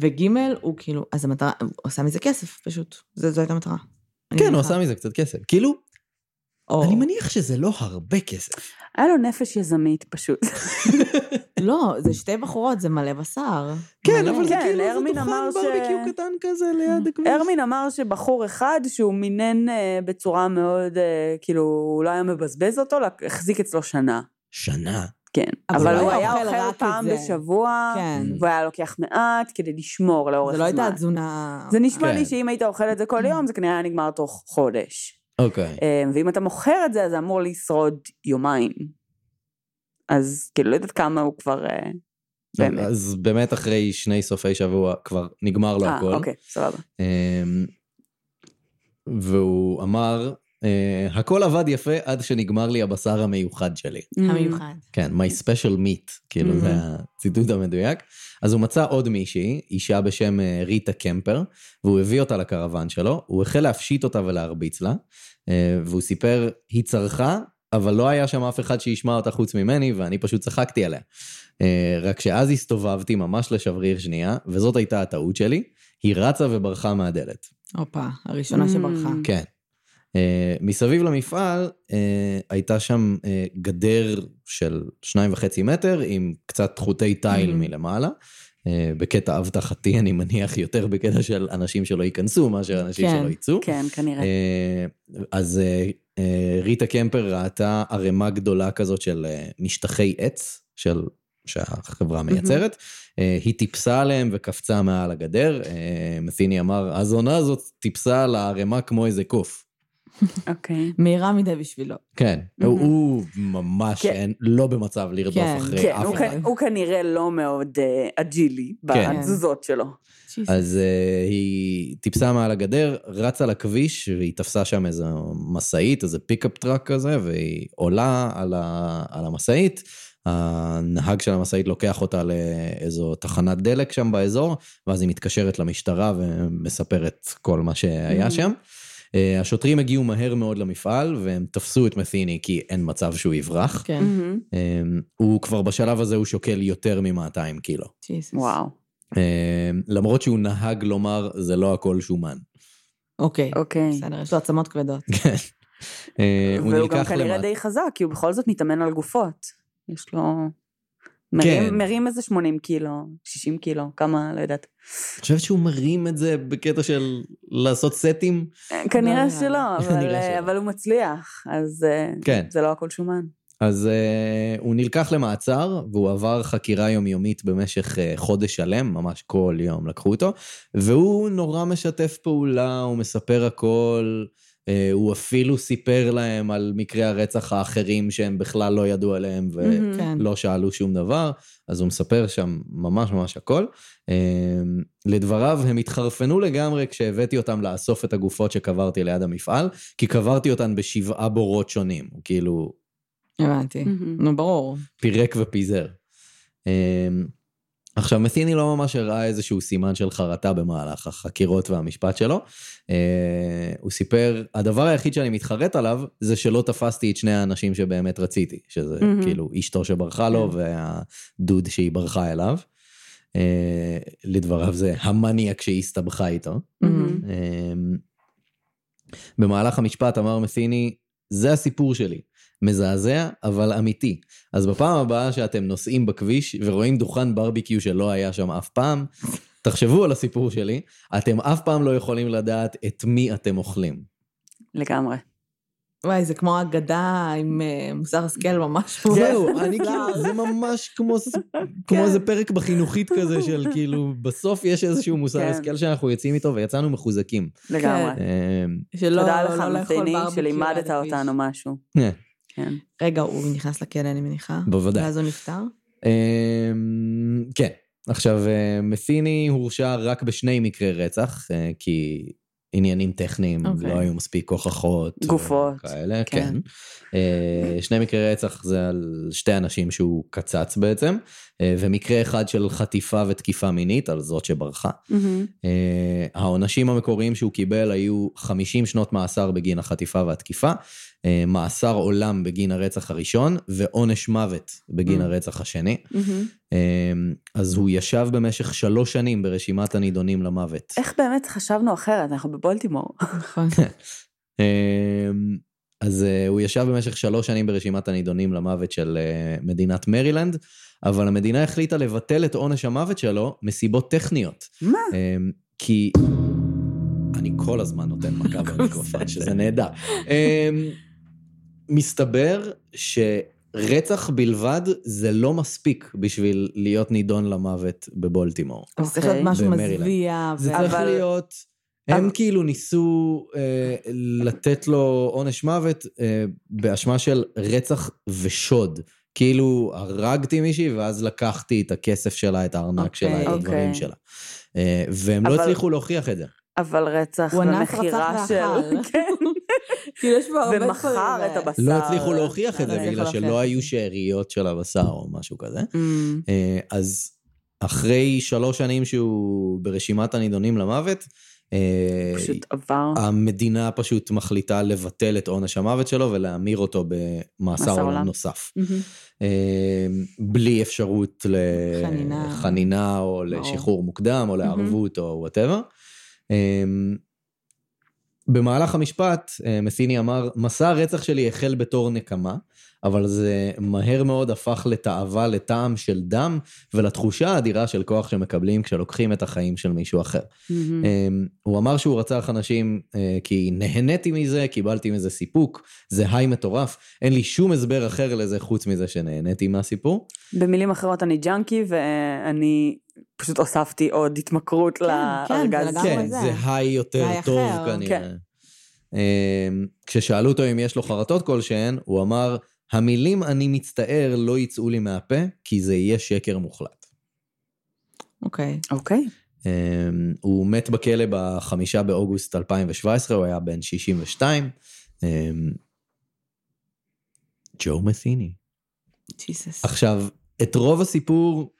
[SPEAKER 1] וג' הוא כאילו, אז המטרה, הוא עשה מזה כסף פשוט. זה- זו הייתה המטרה. אני
[SPEAKER 3] כן, הוא
[SPEAKER 1] מניחה.
[SPEAKER 3] עשה מזה קצת כסף. כאילו,
[SPEAKER 1] או-
[SPEAKER 3] אני מניח שזה לא הרבה כסף.
[SPEAKER 2] היה לו נפש יזמית
[SPEAKER 1] *laughs*
[SPEAKER 2] פשוט.
[SPEAKER 1] לא, זה שתי בחורות, זה מלא בשר.
[SPEAKER 3] כן,
[SPEAKER 1] מלא.
[SPEAKER 3] אבל זה
[SPEAKER 2] כן,
[SPEAKER 3] כאילו, זה
[SPEAKER 2] הרמין אמר
[SPEAKER 3] דוכן
[SPEAKER 2] ש-
[SPEAKER 3] ברבקיו קטן כזה ליד הכביש.
[SPEAKER 2] הרמין אמר שבחור אחד שהוא מינן אה, בצורה מאוד, אה, כאילו, הוא לא היה מבזבז אותו, לק- החזיק אצלו שנה.
[SPEAKER 3] שנה.
[SPEAKER 2] כן.
[SPEAKER 1] אבל
[SPEAKER 2] אבל
[SPEAKER 3] הוא
[SPEAKER 2] הוא
[SPEAKER 3] לא
[SPEAKER 2] היה
[SPEAKER 1] אוכל רק
[SPEAKER 2] אוכל
[SPEAKER 1] את
[SPEAKER 2] פעם
[SPEAKER 1] זה.
[SPEAKER 2] בשבוע,
[SPEAKER 1] כן.
[SPEAKER 3] Mm.
[SPEAKER 2] והוא היה לוקח מעט כדי לשמור לאורך
[SPEAKER 1] זה לא
[SPEAKER 2] זמן.
[SPEAKER 1] הייתה התזונה... כן.
[SPEAKER 2] זה נשמע
[SPEAKER 3] כן.
[SPEAKER 2] לי שאם היית אוכל את זה כל יום, זה כנראה היה נגמר תוך חודש.
[SPEAKER 3] אוקיי.
[SPEAKER 2] אה, ואם אתה מוכר את זה, אז זה אמור לשרוד יומיים. אז כאילו, לא יודעת כמה הוא כבר... אה, באמת.
[SPEAKER 3] לא, אז באמת אחרי שני סופי שבוע כבר נגמר לו
[SPEAKER 2] אה,
[SPEAKER 3] הכל.
[SPEAKER 2] אוקיי, סבבה.
[SPEAKER 3] אמ, והוא אמר, אה, הכל עבד יפה עד שנגמר לי הבשר המיוחד שלי.
[SPEAKER 1] המיוחד.
[SPEAKER 3] כן, my special meat, כאילו זה הציטוט המדויק. אז הוא מצא עוד מישהי, אישה בשם אה, ריטה קמפר, והוא הביא אותה לקרוון שלו, הוא החל להפשיט אותה ולהרביץ לה, אה, והוא סיפר, היא צרחה, אבל לא היה שם אף אחד שישמע אותה חוץ ממני, ואני פשוט צחקתי עליה. אה, רק שאז הסתובבתי ממש לשבריר שנייה, וזאת הייתה הטעות שלי, היא רצה וברחה מהדלת.
[SPEAKER 1] הופה, הראשונה
[SPEAKER 2] Mm.
[SPEAKER 1] שברחה.
[SPEAKER 3] כן. אה, מסביב למפעל אה, הייתה שם אה, גדר של שניים וחצי מטר עם קצת חוטי תיל
[SPEAKER 1] Mhm.
[SPEAKER 3] מלמעלה. אה, בקטע אבטחתי, אני מניח, יותר בקטע של אנשים שלא ייכנסו מאשר אנשים
[SPEAKER 1] כן,
[SPEAKER 3] שלא יצאו.
[SPEAKER 2] כן, כנראה.
[SPEAKER 3] אה, אז אה, אה, ריטה קמפר ראתה ערימה גדולה כזאת של אה, משטחי עץ, של... שהחברה מייצרת. אה, היא טיפסה עליהם וקפצה מעל הגדר. אה, מסיני אמר, הזונה הזאת טיפסה על הערימה כמו איזה קוף.
[SPEAKER 2] אוקיי.
[SPEAKER 1] מהירה מדי בשבילו.
[SPEAKER 3] כן, הוא- הוא ממש
[SPEAKER 2] כן.
[SPEAKER 3] אין- לא במצב לרדוף
[SPEAKER 1] כן,
[SPEAKER 3] אחרי
[SPEAKER 2] כן,
[SPEAKER 3] אף
[SPEAKER 2] הוא
[SPEAKER 3] אחד.
[SPEAKER 2] כ- הוא כנראה לא מאוד אה, אג'ילי
[SPEAKER 3] אוקיי. כן.
[SPEAKER 2] בתזוזות שלו.
[SPEAKER 3] אז uh, היא טיפסה מעל הגדר, רצה לכביש, והיא תפסה שם איזה משאית, איזה פיקאפ טראק כזה, והיא עולה על, ה, על המשאית. הנהג של המשאית לוקח אותה לאיזו תחנת דלק שם באזור, ואז היא מתקשרת למשטרה ומספרת כל מה שהיה
[SPEAKER 2] Mhm.
[SPEAKER 3] שם. אה, השוטרים הגיעו מהר מאוד למפעל, והם תפסו את מת'יני כי אין מצב שהוא יברח.
[SPEAKER 1] כן,
[SPEAKER 2] מהמם.
[SPEAKER 3] אה, הוא כבר בשלב הזה, הוא שוקל יותר מ-200 קילו.
[SPEAKER 1] ג'יזוס.
[SPEAKER 2] וואו.
[SPEAKER 3] אה, למרות שהוא נהג לומר, זה לא הכל שומן.
[SPEAKER 1] אוקיי.
[SPEAKER 2] אוקיי.
[SPEAKER 1] בסדר, יש לו עצמות כבדות.
[SPEAKER 3] כן. אה, הוא
[SPEAKER 2] והוא גם
[SPEAKER 3] נלקח
[SPEAKER 2] כנראה
[SPEAKER 3] למטה.
[SPEAKER 2] די חזק, כי הוא בכל זאת מתאמן על גופות. יש לו... מרים-
[SPEAKER 3] כן.
[SPEAKER 2] מרים איזה 80 קילו, 60 קילו, כמה, לא יודעת.
[SPEAKER 3] את חושבת שהוא מרים את זה בקטע של לעשות סטים?
[SPEAKER 2] כנראה
[SPEAKER 1] לא,
[SPEAKER 3] *laughs*
[SPEAKER 2] שלא, אבל, אה,
[SPEAKER 3] כנראה שלא.
[SPEAKER 2] אבל הוא מצליח, אז אה,
[SPEAKER 3] כן.
[SPEAKER 2] זה לא הכל שומן.
[SPEAKER 3] אז uh, הוא נלקח למעצר, והוא עבר חקירה יומיומית במשך uh, חודש שלם, ממש כל יום לקחו אותו, והוא נורא משתף פעולה, הוא מספר הכל, uh, הוא אפילו סיפר להם על מקרי הרצח האחרים שהם בכלל לא ידעו עליהם ולא
[SPEAKER 2] מהמם.
[SPEAKER 1] כן.
[SPEAKER 3] לא שאלו שום דבר, אז הוא מספר שם ממש ממש הכל. Uh, לדבריו, הם התחרפנו לגמרי כשהבאתי אותם לאסוף את הגופות שקברתי ליד המפעל, כי קברתי אותן בשבעה בורות שונים, הוא כאילו...
[SPEAKER 1] הבנתי.
[SPEAKER 2] מהמם.
[SPEAKER 1] נו, ברור.
[SPEAKER 3] פירק ופיזר. אמ, עכשיו, מסיני לא ממש הראה איזשהו סימן של חרטה במהלך החקירות והמשפט שלו. אה, הוא סיפר, הדבר היחיד שאני מתחרט עליו, זה שלא תפסתי את שני האנשים שבאמת רציתי, שזה
[SPEAKER 2] מהמם.
[SPEAKER 3] כאילו אשתו שברחה לו והדוד שהיא ברחה אליו. אה, לדבריו זה המניאק שהסתבכה איתו.
[SPEAKER 1] Mm.
[SPEAKER 2] מהמם.
[SPEAKER 3] אמ, במהלך המשפט אמר מסיני, זה הסיפור שלי. מזעזע, אבל אמיתי. אז בפעם הבאה שאתם נוסעים בכביש ורואים דוכן ברביקיו שלא היה שם אף פעם, תחשבו על הסיפור שלי, אתם אף פעם לא יכולים לדעת את מי אתם אוכלים.
[SPEAKER 2] לגמרי.
[SPEAKER 1] וואי, זה כמו אגדה עם אה, מוסר השכל ממש. *laughs*
[SPEAKER 3] זהו, אני כאילו, זה ממש כמו, ס- כמו איזה פרק בחינוכית כזה של כאילו, בסוף יש איזשהו מוסר
[SPEAKER 2] כן.
[SPEAKER 3] השכל שאנחנו יוצאים איתו ויצאנו מחוזקים.
[SPEAKER 2] לגמרי.
[SPEAKER 3] אמ,
[SPEAKER 1] *laughs* שלא,
[SPEAKER 2] תודה
[SPEAKER 1] כן. לא
[SPEAKER 2] לך,
[SPEAKER 1] לאכול
[SPEAKER 2] מסיני,
[SPEAKER 1] ברבקיו על
[SPEAKER 2] שלימדת
[SPEAKER 1] הכביש.
[SPEAKER 2] אותנו משהו.
[SPEAKER 3] כן.
[SPEAKER 2] כן.
[SPEAKER 1] רגע, הוא נכנס לכלא, אני מניחה.
[SPEAKER 3] בוודאי.
[SPEAKER 1] ואז הוא נפטר?
[SPEAKER 2] אוקיי.
[SPEAKER 3] אמ, כן. עכשיו, אה, מסיני הורשע רק בשני מקרי רצח, אה, כי עניינים טכניים,
[SPEAKER 1] אוקיי.
[SPEAKER 3] לא היו מספיק הוכחות. אה,
[SPEAKER 2] גופות,
[SPEAKER 3] כאלה,
[SPEAKER 2] כן.
[SPEAKER 3] כן. אה, שני מקרי רצח זה על שתי אנשים שהוא קצץ בעצם, אה, ומקרה אחד של חטיפה ותקיפה מינית על זאת שברחה.
[SPEAKER 2] מהמם.
[SPEAKER 3] אה, העונשים המקוריים שהוא קיבל היו 50 שנות מאסר בגין החטיפה והתקיפה, אה, מאסר עולם בגין הרצח הראשון, ועונש מוות בגין
[SPEAKER 1] Mm.
[SPEAKER 3] הרצח השני.
[SPEAKER 2] מהמם.
[SPEAKER 3] אה, אז הוא ישב במשך שלוש שנים ברשימת
[SPEAKER 2] *laughs*
[SPEAKER 3] הנידונים למוות.
[SPEAKER 2] איך באמת חשבנו אחרת? אנחנו בבולטימור.
[SPEAKER 1] נכון.
[SPEAKER 3] אה, אז אה, הוא ישב במשך שלוש שנים ברשימת הנידונים למוות של אה, מדינת מרילנד, אבל המדינה החליטה לבטל את עונש המוות שלו מסיבות טכניות.
[SPEAKER 2] מה?
[SPEAKER 3] אמ, כי אני כל הזמן נותן מכה במיקרופון, שזה נהדר. אמ, מסתבר שרצח בלבד זה לא מספיק בשביל להיות נידון למוות בבולטימור.
[SPEAKER 1] אבל זה צריך להיות
[SPEAKER 2] אוקיי.
[SPEAKER 1] משהו
[SPEAKER 3] במרילנד.
[SPEAKER 1] מזוויע.
[SPEAKER 3] זה
[SPEAKER 1] ו-
[SPEAKER 3] צריך
[SPEAKER 2] אבל-
[SPEAKER 3] להיות... הם
[SPEAKER 2] אבל-
[SPEAKER 3] כאילו ניסו אה, לתת לו עונש מוות אה, באשמה של רצח ושוד. כאילו, הרגתי מישהי ואז לקחתי את הכסף שלה, את הארנק שלה, את
[SPEAKER 1] אוקיי.
[SPEAKER 3] הדברים
[SPEAKER 2] אוקיי.
[SPEAKER 3] שלה. אה, והם לא
[SPEAKER 2] אבל-
[SPEAKER 3] הצליחו להוכיח את זה.
[SPEAKER 2] אבל רצח
[SPEAKER 1] הוא אנס,
[SPEAKER 2] ומכירה
[SPEAKER 1] רצח ואכל.
[SPEAKER 2] של...
[SPEAKER 1] *laughs*
[SPEAKER 2] כן.
[SPEAKER 1] *laughs* כאילו, יש פה הרבה דברים.
[SPEAKER 2] ומכר את
[SPEAKER 1] אה,
[SPEAKER 2] הבשר.
[SPEAKER 3] לא הצליחו להוכיח את
[SPEAKER 1] לא
[SPEAKER 3] זה
[SPEAKER 1] הצליחו
[SPEAKER 3] בגלל שלא
[SPEAKER 1] להוכיח.
[SPEAKER 3] היו שאריות של הבשר או משהו כזה.
[SPEAKER 2] אמ,
[SPEAKER 3] אה, אז אחרי שלוש שנים שהוא ברשימת הנידונים למוות, אה,
[SPEAKER 2] פשוט עבר.
[SPEAKER 3] המדינה פשוט מחליטה לבטל את עונש המוות שלו ולהמיר אותו
[SPEAKER 2] מאסר
[SPEAKER 3] במאסר עולם
[SPEAKER 2] עולם.
[SPEAKER 3] נוסף.
[SPEAKER 2] מהמם.
[SPEAKER 3] אה, בלי אפשרות
[SPEAKER 1] חנינה.
[SPEAKER 3] לחנינה או
[SPEAKER 1] ברור.
[SPEAKER 3] לשחרור מוקדם או לערבות או וואטאבר. במהלך המשפט, אה, מסיני אמר, מסע הרצח שלי החל בתור נקמה, אבל זה מהר מאוד הפך לתאווה, לטעם של דם ולתחושה האדירה של כוח שמקבלים כשלוקחים את החיים של מישהו אחר.
[SPEAKER 2] מהמם.
[SPEAKER 1] אה,
[SPEAKER 3] אמ, הוא אמר שהוא רצח אנשים אה, כי נהניתי מזה, קיבלתי מזה סיפוק, זה היי מטורף, אין לי שום הסבר אחר לזה חוץ מזה שנהניתי מהסיפור.
[SPEAKER 2] במילים אחרות, אני ג'אנקי, ואני פשוט הוספתי עוד התמכרות
[SPEAKER 1] כן,
[SPEAKER 2] לארגז.
[SPEAKER 1] לגמרי.
[SPEAKER 3] כן,
[SPEAKER 1] זה.
[SPEAKER 3] זה היי יותר
[SPEAKER 1] היי
[SPEAKER 3] טוב
[SPEAKER 1] אחר,
[SPEAKER 3] כנראה.
[SPEAKER 2] כן.
[SPEAKER 3] אמ, כששאלו אותו אם יש לו חרטות כלשהן, הוא אמר, המילים אני מצטער לא יצאו לי מהפה, כי זה יהיה שקר מוחלט.
[SPEAKER 1] אוקיי.
[SPEAKER 2] אוקיי.
[SPEAKER 3] אמ, הוא מת בכלא בחמישה באוגוסט 2017, הוא היה בן 62. אמ, ג'ו מת'יני.
[SPEAKER 1] ג'יסוס.
[SPEAKER 3] עכשיו, את רוב הסיפור,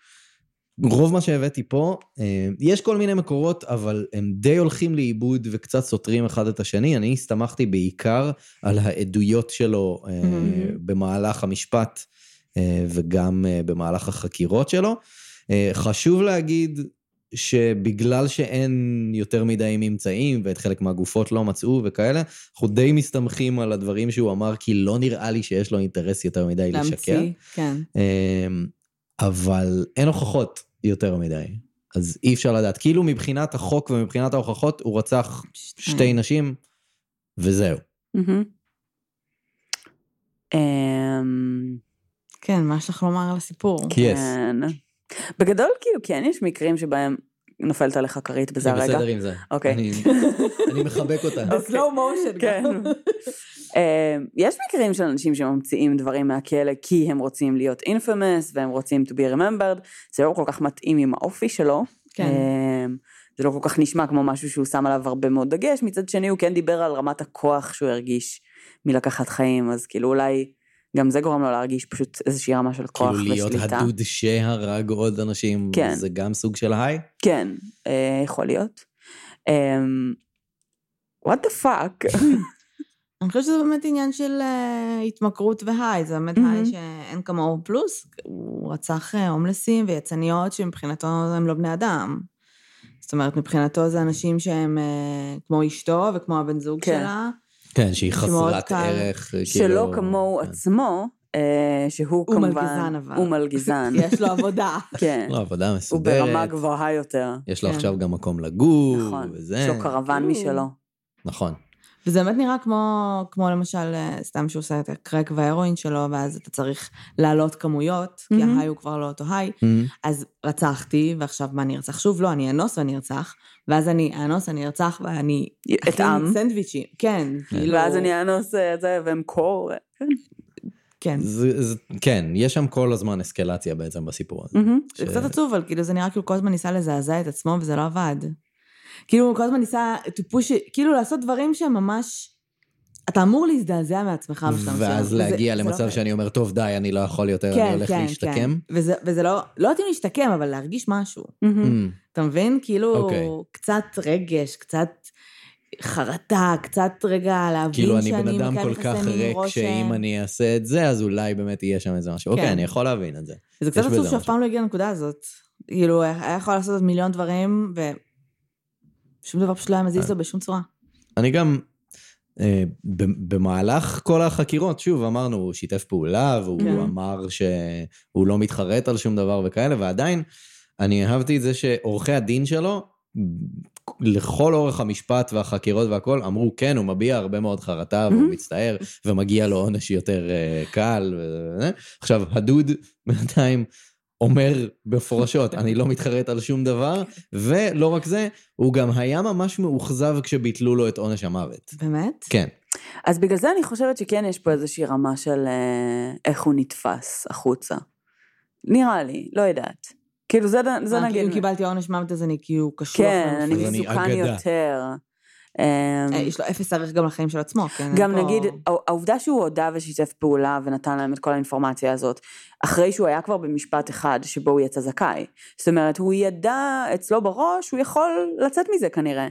[SPEAKER 3] רוב מה שהבאתי פה, אה, יש כל מיני מקורות, אבל הם די הולכים לאיבוד וקצת סותרים אחד את השני. אני הסתמכתי בעיקר על העדויות שלו אה,
[SPEAKER 1] Mhm.
[SPEAKER 3] במהלך המשפט אה, וגם אה, במהלך החקירות שלו. אה, חשוב להגיד שבגלל שאין יותר מדי ממצאים, ואת חלק מהגופות לא מצאו וכאלה, אנחנו די מסתמכים על הדברים שהוא אמר, כי לא נראה לי שיש לו אינטרס יותר מדי לשקר.
[SPEAKER 1] להמציא, כן.
[SPEAKER 3] אמ, אבל אין הוכחות יותר מדי, אז אי אפשר לדעת. כאילו מבחינת החוק ומבחינת ההוכחות, הוא רצח
[SPEAKER 2] Mm.
[SPEAKER 3] שתי נשים, וזהו.
[SPEAKER 2] מהמם. אמ,
[SPEAKER 1] כן, מה יש לך לומר על הסיפור?
[SPEAKER 3] יס.
[SPEAKER 2] כן. בגדול, כאילו, כן, יש מקרים שבהם נופלת עליך כרית בזה
[SPEAKER 3] אני
[SPEAKER 2] הרגע.
[SPEAKER 3] בסדר עם זה.
[SPEAKER 2] אוקיי. *laughs*
[SPEAKER 3] אני- אני מחבק אותה.
[SPEAKER 1] בסלואו מושן.
[SPEAKER 2] כן. אמ, יש מקרים של אנשים שממציאים דברים מהכלא כי הם רוצים להיות infamous והם רוצים to be remembered, זה לא כל כך מתאים עם האופי שלו.
[SPEAKER 1] *laughs* כן.
[SPEAKER 2] אמ, זה לא כל כך נשמע כמו משהו שהוא שם עליו הרבה מאוד דגש, מצד שני הוא כן דיבר על רמת הכוח שהוא הרגיש מלקחת חיים, אז כאילו אולי גם זה גורם לו להרגיש פשוט איזושהי רמה של כוח
[SPEAKER 3] כאילו
[SPEAKER 2] ושליטה.
[SPEAKER 3] להיות הדוד שהרג עוד אנשים,
[SPEAKER 2] כן.
[SPEAKER 3] זה גם סוג של היי?
[SPEAKER 2] כן, אה, יכול להיות. אמ, what the
[SPEAKER 3] *laughs* כאילו,
[SPEAKER 2] fuck?
[SPEAKER 1] אני חושבת שזה באמת עניין של אה, התמכרות והיי, זה באמת
[SPEAKER 2] מהמם.
[SPEAKER 1] היי שאין כמוהו פלוס. הוא רצח אה, הומלסים ויצניות שמבחינתו הם לא בני אדם. זאת אומרת, מבחינתו זה אנשים שהם אה, כמו אשתו וכמו הבן זוג
[SPEAKER 2] כן.
[SPEAKER 1] שלה.
[SPEAKER 3] כן, שהיא
[SPEAKER 1] שמאוד
[SPEAKER 3] חסרת
[SPEAKER 1] קל.
[SPEAKER 3] ערך, כאילו...
[SPEAKER 2] שלא כמוהו
[SPEAKER 3] כן.
[SPEAKER 2] עצמו, אה, שהוא
[SPEAKER 1] הוא
[SPEAKER 2] כמובן...
[SPEAKER 1] מלגזן אבל.
[SPEAKER 2] הוא
[SPEAKER 1] *laughs*
[SPEAKER 2] מלגזן,
[SPEAKER 1] יש לו עבודה.
[SPEAKER 2] כן.
[SPEAKER 3] לא, עבודה
[SPEAKER 2] הוא ברמה
[SPEAKER 3] מסודרת,
[SPEAKER 2] גבוהה יותר.
[SPEAKER 3] יש לו
[SPEAKER 1] כן.
[SPEAKER 3] עכשיו גם מקום לגור,
[SPEAKER 2] נכון.
[SPEAKER 3] וזה...
[SPEAKER 2] יש לו קרוון
[SPEAKER 1] אוו.
[SPEAKER 2] משלו.
[SPEAKER 3] נכון.
[SPEAKER 1] וזה באמת נראה כמו, כמו למשל, אה, סתם שהוא עושה את הקרק וההרואין שלו, ואז אתה צריך להעלות כמויות, כי
[SPEAKER 2] מהמם.
[SPEAKER 1] ההיי הוא כבר לא אותו היי.
[SPEAKER 2] כן.
[SPEAKER 1] אז רצחתי, ועכשיו מה, אני ארצח שוב? לא, אני אנוס ואני ארצח. ואז אני אאנוס, אני ארצח, ואני
[SPEAKER 2] את עם.
[SPEAKER 1] אכין סנדוויצ'ים. כן, כאילו...
[SPEAKER 2] ואז אני אאנוס את זה ואמכור.
[SPEAKER 1] כן.
[SPEAKER 3] זה- זה- כן, יש שם כל הזמן אסקלציה בעצם בסיפור הזה.
[SPEAKER 2] מהמם.
[SPEAKER 1] זה
[SPEAKER 3] ש-
[SPEAKER 1] קצת עצוב, אבל כאילו זה נראה כאילו כל הזמן ניסה לזעזע את עצמו, וזה לא עבד. כאילו הוא כל הזמן ניסה to push, כאילו לעשות דברים שהם ממש... אתה אמור להזדעזע מעצמך בשלב מסוים,
[SPEAKER 3] ואז
[SPEAKER 1] וזה-
[SPEAKER 3] להגיע
[SPEAKER 1] זה לא כן,
[SPEAKER 3] למצב
[SPEAKER 1] עובד.
[SPEAKER 3] שאני אומר, טוב, די, אני לא יכול יותר, אני הולך להשתקם.
[SPEAKER 1] וזה, וזה לא, לא יודעים להשתקם, אבל להרגיש משהו.
[SPEAKER 2] מהמם.
[SPEAKER 3] Mm,
[SPEAKER 1] אתה מבין? כאילו,
[SPEAKER 3] אוקיי.
[SPEAKER 1] קצת רגש, קצת חרטה, קצת רגע להבין
[SPEAKER 3] כאילו, אני
[SPEAKER 1] שאני
[SPEAKER 3] בן אדם
[SPEAKER 1] מכאן
[SPEAKER 3] כל
[SPEAKER 1] נכנסת
[SPEAKER 3] כך
[SPEAKER 1] למין
[SPEAKER 3] ריק,
[SPEAKER 1] רושם.
[SPEAKER 3] שאם אני אעשה את זה, אז אולי באמת יהיה שם איזה משהו. אוקיי,
[SPEAKER 1] אה, כן.
[SPEAKER 3] אני יכול להבין את זה.
[SPEAKER 1] זה קצת
[SPEAKER 3] יש
[SPEAKER 1] עצוב
[SPEAKER 3] בזה
[SPEAKER 1] שאף
[SPEAKER 3] משהו.
[SPEAKER 1] פעם לא הגיע לנקודה הזאת. כאילו, היה היה יכול לעשות עוד מיליון דברים, ושום דבר פשוט לא היה מזיז לו
[SPEAKER 3] אה.
[SPEAKER 1] בשום צורה.
[SPEAKER 3] אני גם, אה, ב- במהלך כל החקירות, שוב, אמרנו, הוא שיתף פעולה, והוא
[SPEAKER 1] כן.
[SPEAKER 3] אמר שהוא לא מתחרט על שום דבר וכאלה, ועדיין, אני אהבתי את זה שעורכי הדין שלו, לכל אורך המשפט והחקירות והכל, אמרו, כן, הוא מביע הרבה מאוד חרטה, והוא
[SPEAKER 2] מהמם.
[SPEAKER 3] מצטער, ומגיע לו עונש יותר אה, קל. ו- אה, עכשיו, הדוד בינתיים אומר מפורשות, אני לא מתחרט על שום דבר, ולא רק זה, הוא גם היה ממש מאוכזב כשביטלו לו את עונש המוות.
[SPEAKER 1] באמת?
[SPEAKER 3] כן.
[SPEAKER 2] אז בגלל זה אני חושבת שכן יש פה איזושהי רמה של אה, איך הוא נתפס החוצה. נראה לי, לא יודעת. כאילו זה, זה
[SPEAKER 1] אה,
[SPEAKER 2] נגיד...
[SPEAKER 1] כאילו קיבלתי עונש מוות, אז אני כאילו קשוח.
[SPEAKER 2] כן, אני
[SPEAKER 1] ומפחיד.
[SPEAKER 3] אז אני
[SPEAKER 2] מסוכן
[SPEAKER 3] אגדה.
[SPEAKER 2] יותר. אמ,
[SPEAKER 1] אה, יש לו אפס ערך גם לחיים של עצמו, כן? אין
[SPEAKER 2] גם
[SPEAKER 1] פה-
[SPEAKER 2] נגיד, הע- העובדה שהוא הודה ושיתף פעולה ונתן להם את כל האינפורמציה הזאת, אחרי שהוא היה כבר במשפט אחד שבו הוא יצא זכאי. זאת אומרת, הוא ידע אצלו בראש, הוא יכול לצאת מזה כנראה.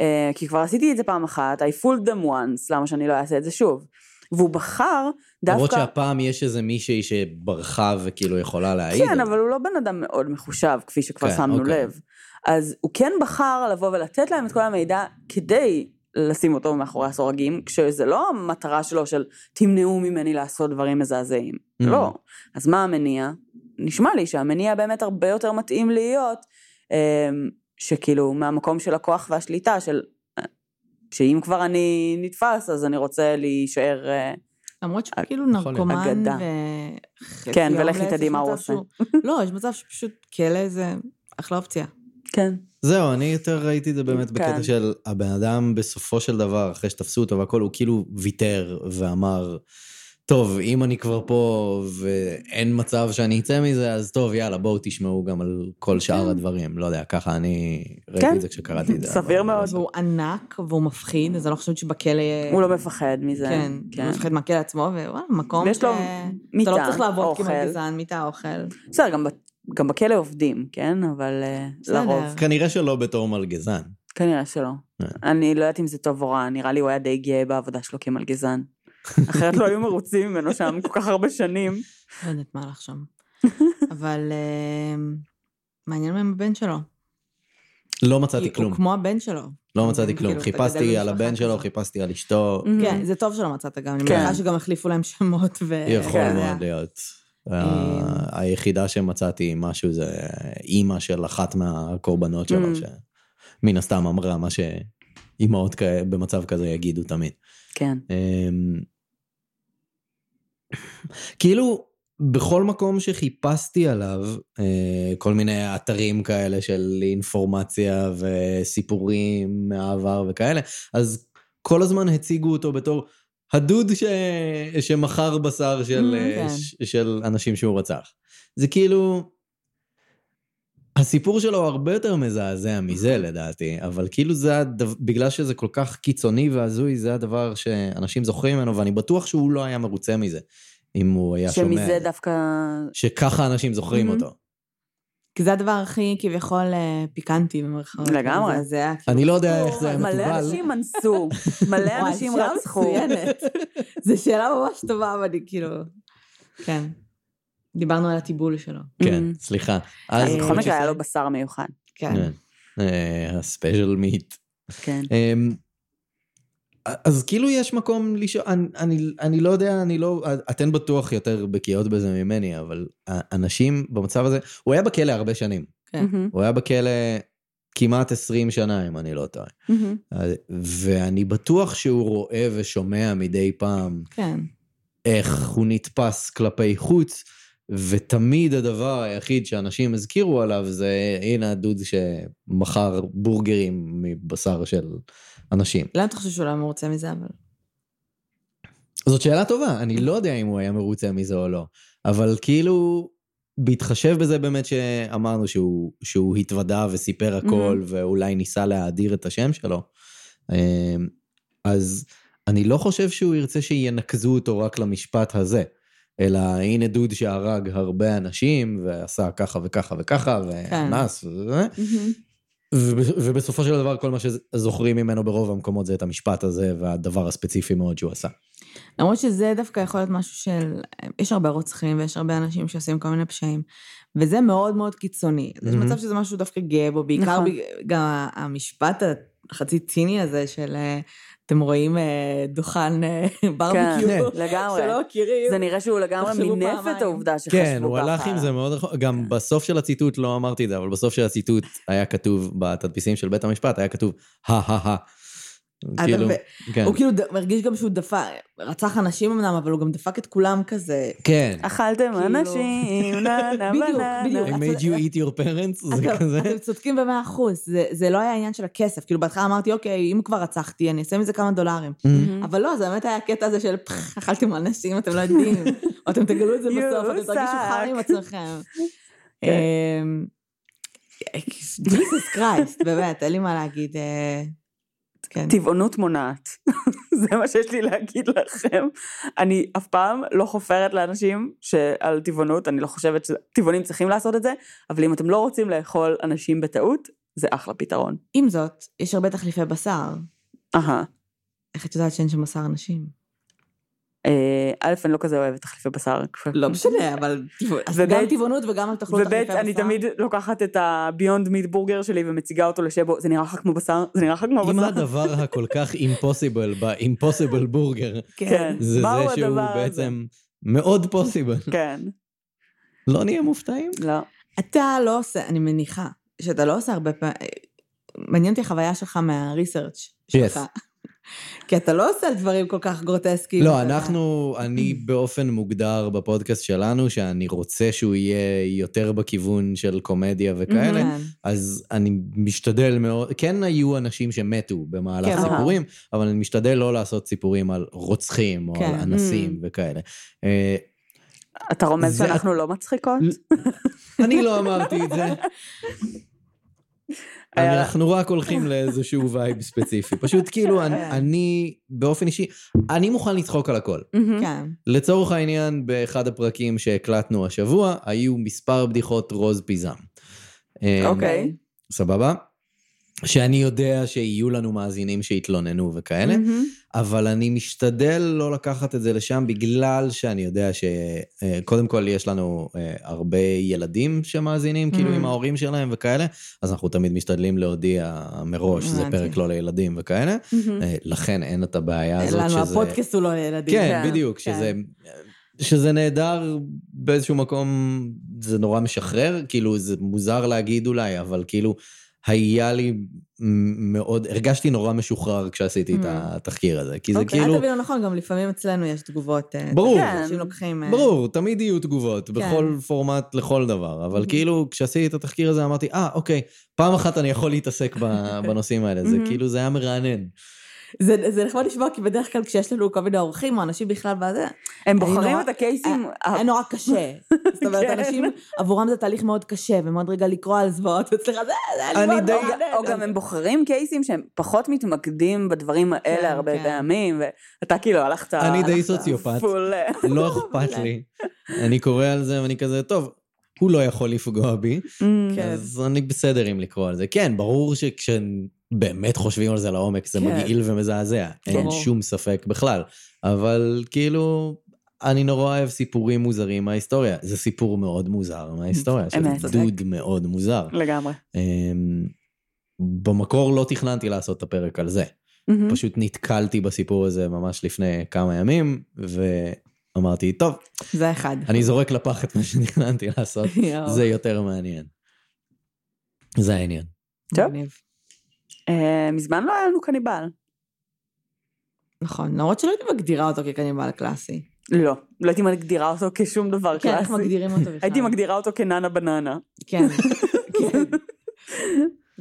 [SPEAKER 2] אה, כי כבר עשיתי את זה פעם אחת, I fooled them once, למה שאני לא אעשה את זה שוב? והוא בחר
[SPEAKER 3] למרות
[SPEAKER 2] דווקא...
[SPEAKER 3] שהפעם יש איזה מישהי שברחה וכאילו יכולה להעיד.
[SPEAKER 2] כן, אבל הוא לא בן אדם מאוד מחושב, כפי שכבר
[SPEAKER 3] כן,
[SPEAKER 2] שמנו
[SPEAKER 3] אוקיי.
[SPEAKER 2] לב. אז הוא כן בחר לבוא ולתת להם את כל המידע כדי לשים אותו מאחורי הסורגים, כשזה לא המטרה שלו של תמנעו ממני לעשות דברים מזעזעים.
[SPEAKER 3] Mm.
[SPEAKER 2] לא. אז מה המניע? נשמע לי שהמניע באמת הרבה יותר מתאים להיות, אמ, שכאילו מהמקום של הכוח והשליטה, של... אה, שאם כבר אני נתפס, אז אני רוצה להישאר... אה,
[SPEAKER 1] למרות שהוא
[SPEAKER 2] אג-
[SPEAKER 1] כאילו
[SPEAKER 3] יכול להיות.
[SPEAKER 1] נרקומן,
[SPEAKER 2] אגדה.
[SPEAKER 1] ו...
[SPEAKER 2] כן,
[SPEAKER 1] חצי
[SPEAKER 2] ולך
[SPEAKER 1] הומלס,
[SPEAKER 2] תדעי
[SPEAKER 1] יש
[SPEAKER 2] מה הוא
[SPEAKER 1] מצב
[SPEAKER 2] עושה.
[SPEAKER 1] שהוא- לא, יש מצב שפשוט כלא זה אחלה אופציה.
[SPEAKER 2] כן.
[SPEAKER 3] זהו, אני יותר ראיתי את זה באמת
[SPEAKER 2] כן.
[SPEAKER 3] בקטע של הבן אדם בסופו של דבר, אחרי שתפסו אותו והכל, הוא כאילו ויתר ואמר, טוב, אם אני כבר פה ואין מצב שאני אצא מזה, אז טוב, יאללה, בואו תשמעו גם על כל
[SPEAKER 1] כן.
[SPEAKER 3] שאר הדברים. לא יודע, ככה אני ראיתי
[SPEAKER 2] כן.
[SPEAKER 3] את זה כשקראתי את זה.
[SPEAKER 2] סביר
[SPEAKER 3] אבל-
[SPEAKER 2] מאוד.
[SPEAKER 1] והוא ענק והוא מפחיד, אז אני לא חושבת שבכלא...
[SPEAKER 2] הוא לא מפחד מזה.
[SPEAKER 1] כן, הוא מפחד מהכלא עצמו, ווואלה, מקום...
[SPEAKER 2] ויש לו
[SPEAKER 1] ש-
[SPEAKER 2] מיטה,
[SPEAKER 1] אתה לא צריך לעבוד
[SPEAKER 2] אוכל.
[SPEAKER 1] כמעט גזען, מיטה, אוכל.
[SPEAKER 2] בסדר, גם ב- גם בכלא עובדים, כן? אבל אה,
[SPEAKER 1] בסדר.
[SPEAKER 2] לרוב.
[SPEAKER 3] כנראה שלא בתור מלגזן.
[SPEAKER 2] כנראה שלא.
[SPEAKER 3] אה.
[SPEAKER 2] אני לא יודעת אם זה טוב או רע, נראה לי הוא היה די גאה בעבודה שלו כמלגזן. אחרת לא היו מרוצים ממנו שם כל כך הרבה שנים. *laughs*
[SPEAKER 1] לא יודעת מה הלך שם. אבל אה, מעניין מה עם הבן שלו.
[SPEAKER 3] לא
[SPEAKER 1] כי
[SPEAKER 3] מצאתי כלום.
[SPEAKER 1] הוא כמו הבן שלו.
[SPEAKER 3] לא מצאתי
[SPEAKER 1] כאילו,
[SPEAKER 3] כלום.
[SPEAKER 1] אתה
[SPEAKER 3] חיפשתי
[SPEAKER 1] גדל
[SPEAKER 3] על
[SPEAKER 1] במשפחה
[SPEAKER 3] הבן שלו,
[SPEAKER 1] כזאת.
[SPEAKER 3] חיפשתי על אשתו.
[SPEAKER 2] אוקיי.
[SPEAKER 1] כן, זה טוב שלא מצאת גם, אני
[SPEAKER 2] Mm. כן.
[SPEAKER 1] מניחה שגם החליפו להם שמות ו...
[SPEAKER 3] יכול
[SPEAKER 1] אתה יודע.
[SPEAKER 3] מאוד להיות. ה- היחידה שמצאתי עם משהו זה אימא של אחת מהקורבנות
[SPEAKER 2] Mm.
[SPEAKER 3] שלה, שמן הסתם אמרה מה שאימהות כאלה- במצב כזה יגידו תמיד.
[SPEAKER 2] כן.
[SPEAKER 3] אמ, כאילו, בכל מקום שחיפשתי עליו, אה, כל מיני אתרים כאלה של אינפורמציה וסיפורים מהעבר וכאלה, אז כל הזמן הציגו אותו בתור הדוד ש... שמכר בשר של,
[SPEAKER 1] Mm,
[SPEAKER 3] אה,
[SPEAKER 1] כן.
[SPEAKER 3] ש... של אנשים שהוא רצח. זה כאילו... הסיפור שלו הרבה יותר מזעזע מזה לדעתי, אבל כאילו זה, הדו... בגלל שזה כל כך קיצוני והזוי, זה הדבר שאנשים זוכרים ממנו, ואני בטוח שהוא לא היה מרוצה מזה, אם הוא היה שומע.
[SPEAKER 2] שמזה Mhm.
[SPEAKER 3] את זה.
[SPEAKER 2] דווקא...
[SPEAKER 3] שככה אנשים זוכרים
[SPEAKER 1] מהמם.
[SPEAKER 3] אותו.
[SPEAKER 1] כי זה הדבר הכי כביכול אה, פיקנטי במרכאות.
[SPEAKER 2] לגמרי.
[SPEAKER 1] זה- זה היה כאילו...
[SPEAKER 3] אני לא יודע איך זה היה
[SPEAKER 2] מלא
[SPEAKER 3] מקובל.
[SPEAKER 2] אנשים אנסו, מלא
[SPEAKER 1] וואי,
[SPEAKER 2] אנשים
[SPEAKER 1] שאלה
[SPEAKER 2] רצחו.
[SPEAKER 1] מצוינת. *laughs* זו שאלה ממש טובה, אבל אני כאילו... כן. דיברנו על הטיבול שלו.
[SPEAKER 3] כן,
[SPEAKER 2] Mm.
[SPEAKER 3] סליחה. אז
[SPEAKER 2] בכל
[SPEAKER 1] חוץ
[SPEAKER 2] מקרה היה לו בשר מיוחד.
[SPEAKER 1] כן.
[SPEAKER 3] הספיישל מיט.
[SPEAKER 2] כן.
[SPEAKER 3] אמ, אז כאילו יש מקום לשאול, אני, אני, אני לא יודע, אני לא, אתן בטוח יותר בקיאות בזה ממני, אבל אנשים במצב הזה, הוא היה בכלא הרבה שנים.
[SPEAKER 1] כן.
[SPEAKER 2] מהמם,
[SPEAKER 3] הוא היה בכלא כמעט 20 שנה, אם אני לא טועה.
[SPEAKER 2] מהמם.
[SPEAKER 3] אז- ואני בטוח שהוא רואה ושומע מדי פעם
[SPEAKER 1] כן.
[SPEAKER 3] איך הוא נתפס כלפי חוץ, ותמיד הדבר היחיד שאנשים הזכירו עליו זה, הנה הדוד שמכר בורגרים מבשר של אנשים.
[SPEAKER 1] למה אתה חושב שהוא לא היה מרוצה מזה, אבל...
[SPEAKER 3] זאת שאלה טובה, אני לא יודע אם הוא היה מרוצה מזה או לא, אבל כאילו, בהתחשב בזה באמת שאמרנו שהוא, שהוא התוודה וסיפר הכל, ואולי ניסה להאדיר את השם שלו, אמ, אז אני לא חושב שהוא ירצה שינקזו אותו רק למשפט הזה, אלא הנה דוד שהרג הרבה אנשים, ועשה ככה וככה וככה, ואנס וזה, וב- ובסופו של דבר כל מה שזוכרים ממנו ברוב המקומות זה את המשפט הזה, והדבר הספציפי מאוד שהוא עשה.
[SPEAKER 1] למרות שזה דווקא יכול להיות משהו של... יש הרבה רוצחים ויש הרבה אנשים שעושים כל מיני פשעים, וזה מאוד מאוד קיצוני. אז יש
[SPEAKER 3] מהמם.
[SPEAKER 1] מצב שזה משהו דווקא גאה בו, בעיקר
[SPEAKER 2] נכון.
[SPEAKER 1] בג- גם המשפט החצי ציני הזה של אה, אתם רואים אה, דוכן אה, *laughs*
[SPEAKER 2] כן,
[SPEAKER 1] ברבקיו
[SPEAKER 2] לגמרי.
[SPEAKER 1] שלא מכירים.
[SPEAKER 2] זה נראה שהוא לגמרי
[SPEAKER 1] תחשבו
[SPEAKER 2] מינף
[SPEAKER 1] פעמיים.
[SPEAKER 2] את העובדה שחשבו ככה.
[SPEAKER 3] כן, הוא הלך עם זה מאוד רחוק.
[SPEAKER 2] כן.
[SPEAKER 3] גם בסוף של הציטוט, לא אמרתי את זה, אבל בסוף של הציטוט היה כתוב, בתדפיסים של בית המשפט, היה כתוב, הא-הא-הא.
[SPEAKER 1] אתה-
[SPEAKER 3] כאילו, כן.
[SPEAKER 2] אוקיי.
[SPEAKER 1] הוא כאילו ד- מרגיש גם שהוא דפק, רצח אנשים אמנם, אבל הוא גם דפק את כולם כזה.
[SPEAKER 3] כן.
[SPEAKER 2] אכלתם
[SPEAKER 1] כאילו-
[SPEAKER 2] אנשים, נה נה
[SPEAKER 1] בדיוק,
[SPEAKER 2] נה נה.
[SPEAKER 1] בדיוק.
[SPEAKER 3] I made you eat your parents, זה
[SPEAKER 1] אתם
[SPEAKER 2] *laughs*
[SPEAKER 3] כזה.
[SPEAKER 1] אתם צודקים במאה אחוז, זה- זה לא היה עניין של הכסף. כאילו בהתחלה אמרתי, אוקיי, אם כבר רצחתי, אני אעשה מזה כמה דולרים.
[SPEAKER 2] מהמם.
[SPEAKER 1] אבל לא, זה באמת היה הקטע הזה של פח, אכלתם אנשים, אתם לא יודעים, או אתם תגלו את זה בסוף,
[SPEAKER 2] You
[SPEAKER 1] אתם תרגישו
[SPEAKER 2] suck.
[SPEAKER 1] חר עם עצמכם.
[SPEAKER 2] כן.
[SPEAKER 1] ג'יסוס קרייסט, באמת, אין לי מה להגיד. אה, כן.
[SPEAKER 2] טבעונות מונעת. *laughs* זה מה שיש לי להגיד לכם. אני אף פעם לא חופרת לאנשים שעל טבעונות, אני לא חושבת שטבעונים צריכים לעשות את זה, אבל אם אתם לא רוצים לאכול אנשים בטעות, זה אחלה פתרון.
[SPEAKER 1] עם זאת, יש הרבה תחליפי בשר.
[SPEAKER 2] אהה.
[SPEAKER 1] איך את יודעת שאין שם בשר אנשים?
[SPEAKER 2] אה, א', אני לא כזה אוהבת תחליפי בשר.
[SPEAKER 1] לא משנה, אבל טבעו- אז
[SPEAKER 2] ובית-
[SPEAKER 1] גם טבעונות וגם תאכלו תחליפי
[SPEAKER 2] ובית,
[SPEAKER 1] בשר.
[SPEAKER 2] אני תמיד לוקחת את הביונד מיט בורגר שלי ומציגה אותו לשבו, זה נראה לך כמו בשר? זה נראה לך כמו
[SPEAKER 3] אם
[SPEAKER 2] בשר?
[SPEAKER 3] הדבר הכל כך אימפוסיבל באימפוסיבל בורגר,
[SPEAKER 1] כן.
[SPEAKER 3] זה
[SPEAKER 2] מהו
[SPEAKER 3] זה שהוא
[SPEAKER 2] הדבר הזה?
[SPEAKER 3] בעצם מאוד פוסיבל.
[SPEAKER 2] כן.
[SPEAKER 3] לא נהיה מופתעים?
[SPEAKER 2] לא.
[SPEAKER 1] אתה לא עושה, אני מניחה, שאתה לא עושה הרבה פעמים, מעניין אותי החוויה שלך מהריסרצ' שלך. *laughs* כי אתה לא עושה דברים כל כך
[SPEAKER 2] כאילו
[SPEAKER 1] גרוטסקיים.
[SPEAKER 3] לא,
[SPEAKER 1] אתה יודע.
[SPEAKER 3] אנחנו, אני
[SPEAKER 2] Mm.
[SPEAKER 3] באופן מוגדר בפודקאסט שלנו, שאני רוצה שהוא יהיה יותר בכיוון של קומדיה
[SPEAKER 2] Mm-hmm.
[SPEAKER 3] וכאלה,
[SPEAKER 1] כן.
[SPEAKER 3] אז אני משתדל מאוד, כן היו אנשים שמתו במהלך
[SPEAKER 1] כן, ברור.
[SPEAKER 3] סיפורים, אבל אני משתדל לא לעשות סיפורים על רוצחים או
[SPEAKER 1] כן.
[SPEAKER 3] על אנסים וכאלה. אה,
[SPEAKER 2] אתה רומז
[SPEAKER 3] זה-
[SPEAKER 2] שאנחנו לא מצחיקות?
[SPEAKER 1] כן.
[SPEAKER 3] אני לא אמרתי
[SPEAKER 1] *laughs*
[SPEAKER 3] את זה.
[SPEAKER 1] אה,
[SPEAKER 2] היה-
[SPEAKER 3] אנחנו רק הולכים לאיזשהו וייב ספציפי. פשוט
[SPEAKER 1] כן.
[SPEAKER 3] כאילו, אני- אני באופן אישי, אני מוכן לצחוק על הכל.
[SPEAKER 2] מהמם.
[SPEAKER 1] כן.
[SPEAKER 3] לצורך העניין, באחד הפרקים שהקלטנו השבוע, היו מספר בדיחות רוז פיזם. אה,
[SPEAKER 2] אוקיי.
[SPEAKER 3] סבבה? שאני יודע שיהיו לנו מאזינים שיתלוננו וכאלה, אבל אני משתדל לא לקחת את זה לשם בגלל שאני יודע שקודם כל יש לנו אה, הרבה ילדים שמאזינים, כאילו
[SPEAKER 1] Mhm.
[SPEAKER 3] עם ההורים שלהם וכאלה, אז אנחנו תמיד משתדלים להודיע מראש, זה
[SPEAKER 1] הבנתי.
[SPEAKER 3] פרק לא לילדים וכאלה, אה, לכן אין את הבעיה
[SPEAKER 1] אין
[SPEAKER 3] הזאת
[SPEAKER 1] לנו,
[SPEAKER 3] אה, שזה...
[SPEAKER 1] הפודקאסט הוא לא לילדים.
[SPEAKER 3] כן,
[SPEAKER 2] כן,
[SPEAKER 3] בדיוק,
[SPEAKER 2] כן.
[SPEAKER 3] שזה... שזה נהדר באיזשהו מקום, זה נורא משחרר, כאילו זה מוזר להגיד אולי, אבל כאילו היה לי מ- מאוד, הרגשתי נורא משוחרר כשעשיתי את
[SPEAKER 1] Mm.
[SPEAKER 3] התחקיר הזה, כי זה
[SPEAKER 1] אוקיי, אל
[SPEAKER 3] כאילו,
[SPEAKER 1] תבינו נכון, גם לפעמים אצלנו יש תגובות. אה,
[SPEAKER 3] ברור.
[SPEAKER 1] אתה יודע, אנשים לוקחים... אה,
[SPEAKER 3] ברור, תמיד יהיו
[SPEAKER 1] כן.
[SPEAKER 3] תגובות, בכל פורמט לכל דבר, אבל
[SPEAKER 1] Mhm.
[SPEAKER 3] כאילו כשעשיתי את התחקיר הזה אמרתי, אה, אוקיי, פעם אחת אני יכול להתעסק
[SPEAKER 1] *laughs*
[SPEAKER 3] ב- בנושאים האלה, זה
[SPEAKER 2] Mhm.
[SPEAKER 1] Mm-hmm.
[SPEAKER 3] כאילו, זה היה מרענן.
[SPEAKER 1] זה זה נחמד לשמוע, כי בדרך כלל כשיש לנו כל מיני אורחים, או אנשים בכלל בזה,
[SPEAKER 2] הם
[SPEAKER 1] אני
[SPEAKER 2] בוחרים
[SPEAKER 1] נורא- אה,
[SPEAKER 2] את הקייסים...
[SPEAKER 1] היה נורא
[SPEAKER 2] *laughs*
[SPEAKER 1] קשה. זאת אומרת,
[SPEAKER 2] כן.
[SPEAKER 1] אנשים, עבורם זה תהליך מאוד קשה, ומאוד רגע לקרוא על זוועות, *laughs* אצלך "אה, זה זה היה לי
[SPEAKER 3] אני
[SPEAKER 1] מאוד
[SPEAKER 3] די-
[SPEAKER 1] מאוד
[SPEAKER 2] או ג-
[SPEAKER 1] מעניין.
[SPEAKER 2] או גם הם בוחרים קייסים שהם פחות מתמקדים בדברים
[SPEAKER 1] כן,
[SPEAKER 2] האלה הרבה
[SPEAKER 1] כן.
[SPEAKER 2] פעמים, ואתה כאילו הלכת...
[SPEAKER 3] אני די
[SPEAKER 2] הלכת
[SPEAKER 3] סוציופט.
[SPEAKER 2] פול... אה,
[SPEAKER 3] לא אכפת לי. אני קורא על זה ואני כזה, טוב, הוא לא יכול לפגוע בי,
[SPEAKER 1] כן.
[SPEAKER 3] אז אני בסדר עם לקרוא על זה. כן, ברור שכשבאמת חושבים על זה לעומק, זה
[SPEAKER 1] כן.
[SPEAKER 3] מגעיל ומזעזע. אין
[SPEAKER 1] ברור.
[SPEAKER 3] שום ספק בכלל. אבל כאילו, אני נורא אוהב סיפורים מוזרים מההיסטוריה. זה סיפור מאוד מוזר
[SPEAKER 1] *laughs*
[SPEAKER 3] מההיסטוריה,
[SPEAKER 2] אמת,
[SPEAKER 3] שזה
[SPEAKER 2] צודק.
[SPEAKER 3] דוד מאוד מוזר.
[SPEAKER 2] לגמרי.
[SPEAKER 3] אמ, במקור לא תכננתי לעשות את הפרק על זה.
[SPEAKER 1] Mm-hmm.
[SPEAKER 2] מהמם.
[SPEAKER 3] פשוט נתקלתי בסיפור הזה ממש לפני כמה ימים, ואמרתי, טוב,
[SPEAKER 1] זה אחד.
[SPEAKER 3] אני זורק לפח את מה שתכננתי לעשות,
[SPEAKER 1] יואו,
[SPEAKER 3] זה יותר מעניין. זה העניין.
[SPEAKER 2] טוב.
[SPEAKER 1] מגניב.
[SPEAKER 2] אה, מזמן לא היה לנו קניבל.
[SPEAKER 1] נכון, למרות שלא הייתי מגדירה אותו כקניבל קלאסי.
[SPEAKER 2] לא, לא הייתי מגדירה אותו כשום דבר
[SPEAKER 1] כן, איך
[SPEAKER 2] קלאסי.
[SPEAKER 1] מגדירים אותו בכלל?
[SPEAKER 2] הייתי מגדירה אותו כננה בננה. *laughs*
[SPEAKER 1] כן, כן.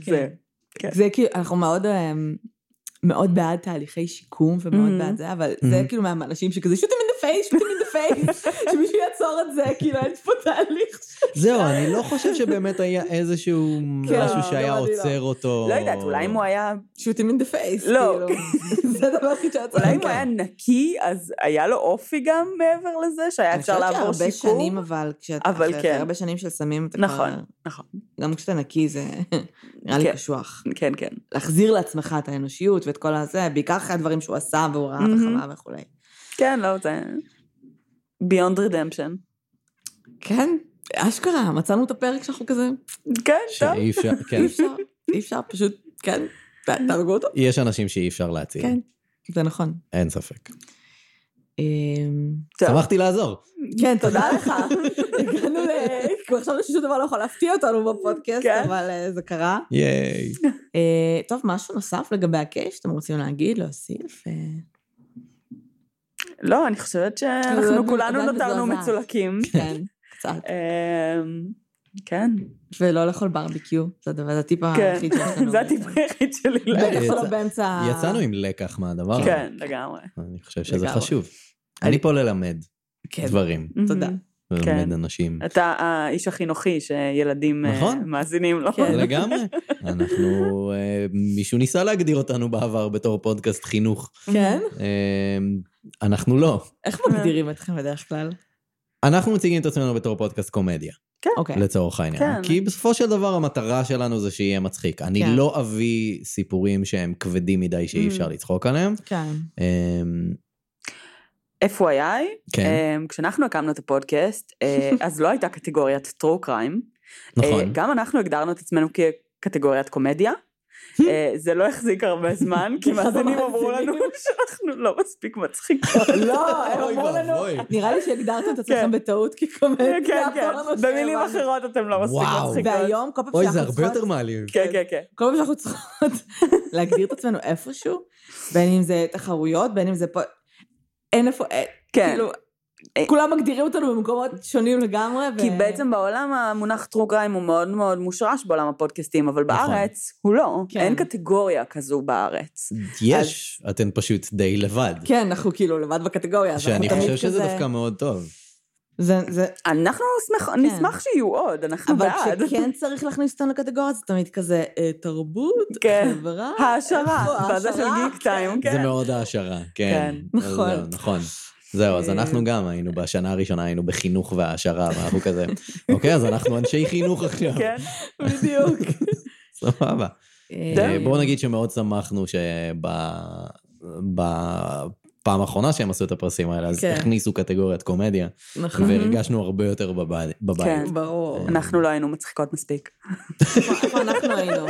[SPEAKER 2] זה. כן.
[SPEAKER 1] זה כאילו, אנחנו מאוד אמ, מאוד בעד תהליכי שיקום ומאוד
[SPEAKER 2] Mhm.
[SPEAKER 1] בעד זה, אבל זה
[SPEAKER 3] Mhm.
[SPEAKER 1] כאילו מהאנשים שכזה שוטים אין דה פייס, שוטים אין דה פייס,
[SPEAKER 2] *laughs*
[SPEAKER 1] שמישהו יעצור את זה, כאילו אין פה תהליך.
[SPEAKER 3] זהו, אני לא חושב שבאמת היה איזשהו
[SPEAKER 1] כן,
[SPEAKER 3] משהו שהיה
[SPEAKER 1] גם אני לא.
[SPEAKER 3] עוצר אותו.
[SPEAKER 2] לא יודעת, אולי אם הוא היה...
[SPEAKER 1] שוטים אין דה פייס,
[SPEAKER 2] לא.
[SPEAKER 1] כאילו. *laughs* זה הדבר הכי שעצור.
[SPEAKER 2] אולי אם הוא היה נקי, אז היה לו אופי גם מעבר לזה, שהיה
[SPEAKER 1] אני
[SPEAKER 2] אפשר
[SPEAKER 1] חושבת
[SPEAKER 2] לעבור
[SPEAKER 1] שהרבה
[SPEAKER 2] שיקום.
[SPEAKER 1] שנים, אבל כשאת...
[SPEAKER 2] אבל
[SPEAKER 1] אחרי
[SPEAKER 2] כן.
[SPEAKER 1] הרבה שנים של סמים, אתה
[SPEAKER 2] נכון,
[SPEAKER 1] כבר-
[SPEAKER 2] נכון.
[SPEAKER 1] גם כשאתה נקי זה *laughs* נראה לי
[SPEAKER 2] כן.
[SPEAKER 1] קשוח.
[SPEAKER 2] כן, כן.
[SPEAKER 1] להחזיר לעצמך את האנושיות ואת כל הזה, בעיקר אחרי הדברים שהוא עשה והוא ראה
[SPEAKER 2] Mhm.
[SPEAKER 1] וחווה וכולי.
[SPEAKER 2] כן, לא, זה... ביונד רדמפשן.
[SPEAKER 1] כן, אשכרה, מצאנו את הפרק שאנחנו כזה,
[SPEAKER 2] כן, טוב.
[SPEAKER 3] שאי אפשר, כן.
[SPEAKER 1] אי אפשר, אי אפשר, פשוט, כן, ת- תהרגו אותו.
[SPEAKER 3] יש אנשים שאי אפשר להציל,
[SPEAKER 1] כן, זה נכון.
[SPEAKER 3] אין ספק.
[SPEAKER 1] אמ,
[SPEAKER 2] טוב.
[SPEAKER 3] שמחתי לעזור.
[SPEAKER 1] כן, *laughs* תודה לך. הגענו ל... כבר חשבנו ששום דבר לא יכול להפתיע אותנו בפודקאסט,
[SPEAKER 2] כן.
[SPEAKER 1] אבל אה, זה קרה.
[SPEAKER 3] ייי.
[SPEAKER 1] אה, טוב, משהו נוסף לגבי הקייש שאתם רוצים להגיד, להוסיף? אה,
[SPEAKER 2] לא, אני חושבת
[SPEAKER 1] לא,
[SPEAKER 2] שאנחנו כולנו
[SPEAKER 1] נקודת
[SPEAKER 2] נותרנו
[SPEAKER 1] מזועזעת.
[SPEAKER 2] מצולקים.
[SPEAKER 1] כן, קצת.
[SPEAKER 2] אמ, כן,
[SPEAKER 1] ולא לאכול ברביקיו, זה הדבר, זה הטיפ
[SPEAKER 2] כן.
[SPEAKER 1] היחיד שיש לנו.
[SPEAKER 2] *laughs* זה הטיפ היחיד שלי.
[SPEAKER 1] בעצם.
[SPEAKER 3] היחיד.
[SPEAKER 1] אוקיי. בטח
[SPEAKER 3] יצא-
[SPEAKER 1] לא באמצע...
[SPEAKER 3] יצאנו עם לקח מהדבר הזה.
[SPEAKER 2] כן, לגמרי.
[SPEAKER 3] אני חושב שזה
[SPEAKER 1] לגמרי.
[SPEAKER 3] חשוב. אני פה ללמד
[SPEAKER 1] כן,
[SPEAKER 3] דברים,
[SPEAKER 1] תודה.
[SPEAKER 3] ללמד אנשים.
[SPEAKER 2] אתה האיש החינוכי שילדים אה,
[SPEAKER 3] נכון.
[SPEAKER 2] מאזינים לו.
[SPEAKER 1] כן.
[SPEAKER 3] לגמרי. אנחנו, אה, מישהו ניסה להגדיר אותנו בעבר בתור פודקאסט חינוך.
[SPEAKER 1] כן?
[SPEAKER 3] אה, אנחנו לא.
[SPEAKER 1] איך מגדירים אתכם בדרך כלל?
[SPEAKER 3] אנחנו מציגים את עצמנו בתור פודקאסט קומדיה,
[SPEAKER 1] אוקיי.
[SPEAKER 3] לצורך העניין.
[SPEAKER 2] כן.
[SPEAKER 3] כי בסופו של דבר המטרה שלנו זה שיהיה מצחיק. אני
[SPEAKER 1] כן.
[SPEAKER 3] לא אביא סיפורים שהם כבדים מדי שאי אפשר
[SPEAKER 2] Mm.
[SPEAKER 3] לצחוק עליהם.
[SPEAKER 2] *laughs*
[SPEAKER 1] כן.
[SPEAKER 3] אה,
[SPEAKER 2] FYI,
[SPEAKER 1] אה,
[SPEAKER 3] כן,
[SPEAKER 2] אמ, כשאנחנו הקמנו את הפודקאסט, אה, אז לא הייתה קטגוריית true crime. אה,
[SPEAKER 3] נכון.
[SPEAKER 2] גם אנחנו הגדרנו את עצמנו כקטגוריית קומדיה. אה, זה לא החזיק הרבה זמן, כי מאזינים אמרו לנו *laughs* שאנחנו לא מספיק מצחיקות.
[SPEAKER 1] לא, הם
[SPEAKER 3] אוי
[SPEAKER 1] אמרו לנו...
[SPEAKER 3] ואבוי.
[SPEAKER 1] נראה לי שהגדרתם את עצמכם
[SPEAKER 2] כן.
[SPEAKER 1] בטעות כקומדיה.
[SPEAKER 2] כן, כן,
[SPEAKER 1] אף פעם לא
[SPEAKER 2] במילים
[SPEAKER 1] שמענו.
[SPEAKER 2] אחרות אתם לא מספיק
[SPEAKER 3] וואו.
[SPEAKER 2] מצחיקות.
[SPEAKER 1] והיום, כל פעם
[SPEAKER 3] אוי, זה
[SPEAKER 1] שאנחנו
[SPEAKER 3] הרבה יותר
[SPEAKER 1] צריכות...
[SPEAKER 3] מעליב.
[SPEAKER 2] כן, כן, כן.
[SPEAKER 1] כל פעם שאנחנו צריכות להגדיר את עצמנו איפשהו, בין אם זה תחרויות, בין אם זה פה... אין איפה... אה,
[SPEAKER 2] כן.
[SPEAKER 1] כאילו,
[SPEAKER 2] אה.
[SPEAKER 1] כולם מגדירים אותנו במקומות שונים לגמרי. ו-
[SPEAKER 2] כי בעצם בעולם המונח טרו קריים הוא מאוד מאוד מושרש בעולם הפודקאסטים, אבל
[SPEAKER 3] נכון.
[SPEAKER 2] בארץ הוא לא.
[SPEAKER 1] כן.
[SPEAKER 2] אין קטגוריה כזו בארץ.
[SPEAKER 3] יש, אתם פשוט די לבד.
[SPEAKER 1] כן, אנחנו כאילו לבד בקטגוריה. אז אנחנו
[SPEAKER 3] שאני
[SPEAKER 1] תמיד
[SPEAKER 3] חושב שזה
[SPEAKER 1] כזה-
[SPEAKER 3] דווקא מאוד טוב.
[SPEAKER 1] זה- זה-
[SPEAKER 2] אנחנו נשמח- נשמח שיהיו עוד, אנחנו
[SPEAKER 1] אבל
[SPEAKER 2] בעד.
[SPEAKER 1] כשכן צריך להכניס אותנו לקטגוריה, זה תמיד כזה אה, תרבות,
[SPEAKER 2] כן.
[SPEAKER 1] חברה.
[SPEAKER 2] *laughs* העשרה,
[SPEAKER 1] איפה?
[SPEAKER 2] ועדה של
[SPEAKER 1] העשרה,
[SPEAKER 2] גיק טיים,
[SPEAKER 3] זה
[SPEAKER 2] כן.
[SPEAKER 3] מאוד העשרה, כן.
[SPEAKER 2] כן.
[SPEAKER 3] אז
[SPEAKER 1] נכון.
[SPEAKER 3] זהו, נכון. זהו, אז
[SPEAKER 1] אה.
[SPEAKER 3] אנחנו גם היינו, בשנה הראשונה היינו בחינוך והעשרה, ואנחנו
[SPEAKER 1] כן.
[SPEAKER 3] כזה, אוקיי, אז אנחנו אנשי חינוך עכשיו, *laughs*
[SPEAKER 2] כן.
[SPEAKER 1] בדיוק.
[SPEAKER 3] סבבה. אה, בואו נגיד שמאוד שמחנו שבפעם האחרונה שהם עשו את הפרסים האלה, אז
[SPEAKER 4] כן.
[SPEAKER 3] הכניסו קטגוריית קומדיה,
[SPEAKER 4] נכון.
[SPEAKER 3] והרגשנו הרבה יותר בבית. בבית.
[SPEAKER 2] כן.
[SPEAKER 3] אה.
[SPEAKER 4] ברור.
[SPEAKER 2] אנחנו לא היינו מצחיקות מספיק.
[SPEAKER 1] איפה- איפה אנחנו היינו?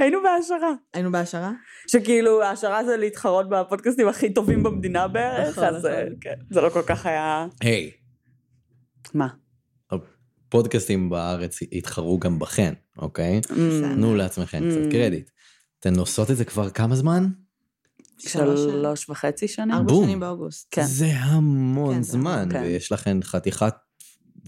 [SPEAKER 2] היינו בהעשרה.
[SPEAKER 1] היינו בהשערה?
[SPEAKER 2] שכאילו, ההעשרה זה להתחרות בפודקאסטים הכי טובים במדינה בערך,
[SPEAKER 4] נכון,
[SPEAKER 2] אז אה,
[SPEAKER 4] נכון.
[SPEAKER 2] כן, זה לא כל כך היה...
[SPEAKER 3] היי,
[SPEAKER 2] מה?
[SPEAKER 3] פודקאסטים בארץ התחרו גם בכן, אוקיי?
[SPEAKER 1] בסדר.
[SPEAKER 3] תנו לעצמכם
[SPEAKER 2] Mm.
[SPEAKER 3] קצת קרדיט. אתן עושות את זה כבר כמה זמן?
[SPEAKER 1] שלוש שנים.
[SPEAKER 2] שלוש וחצי שנים?
[SPEAKER 1] ארבע
[SPEAKER 3] בום.
[SPEAKER 1] שנים באוגוסט.
[SPEAKER 2] כן.
[SPEAKER 3] זה המון
[SPEAKER 1] כן, זה
[SPEAKER 3] זמן,
[SPEAKER 2] המון, כן.
[SPEAKER 3] ויש לכן חתיכת
[SPEAKER 1] לא,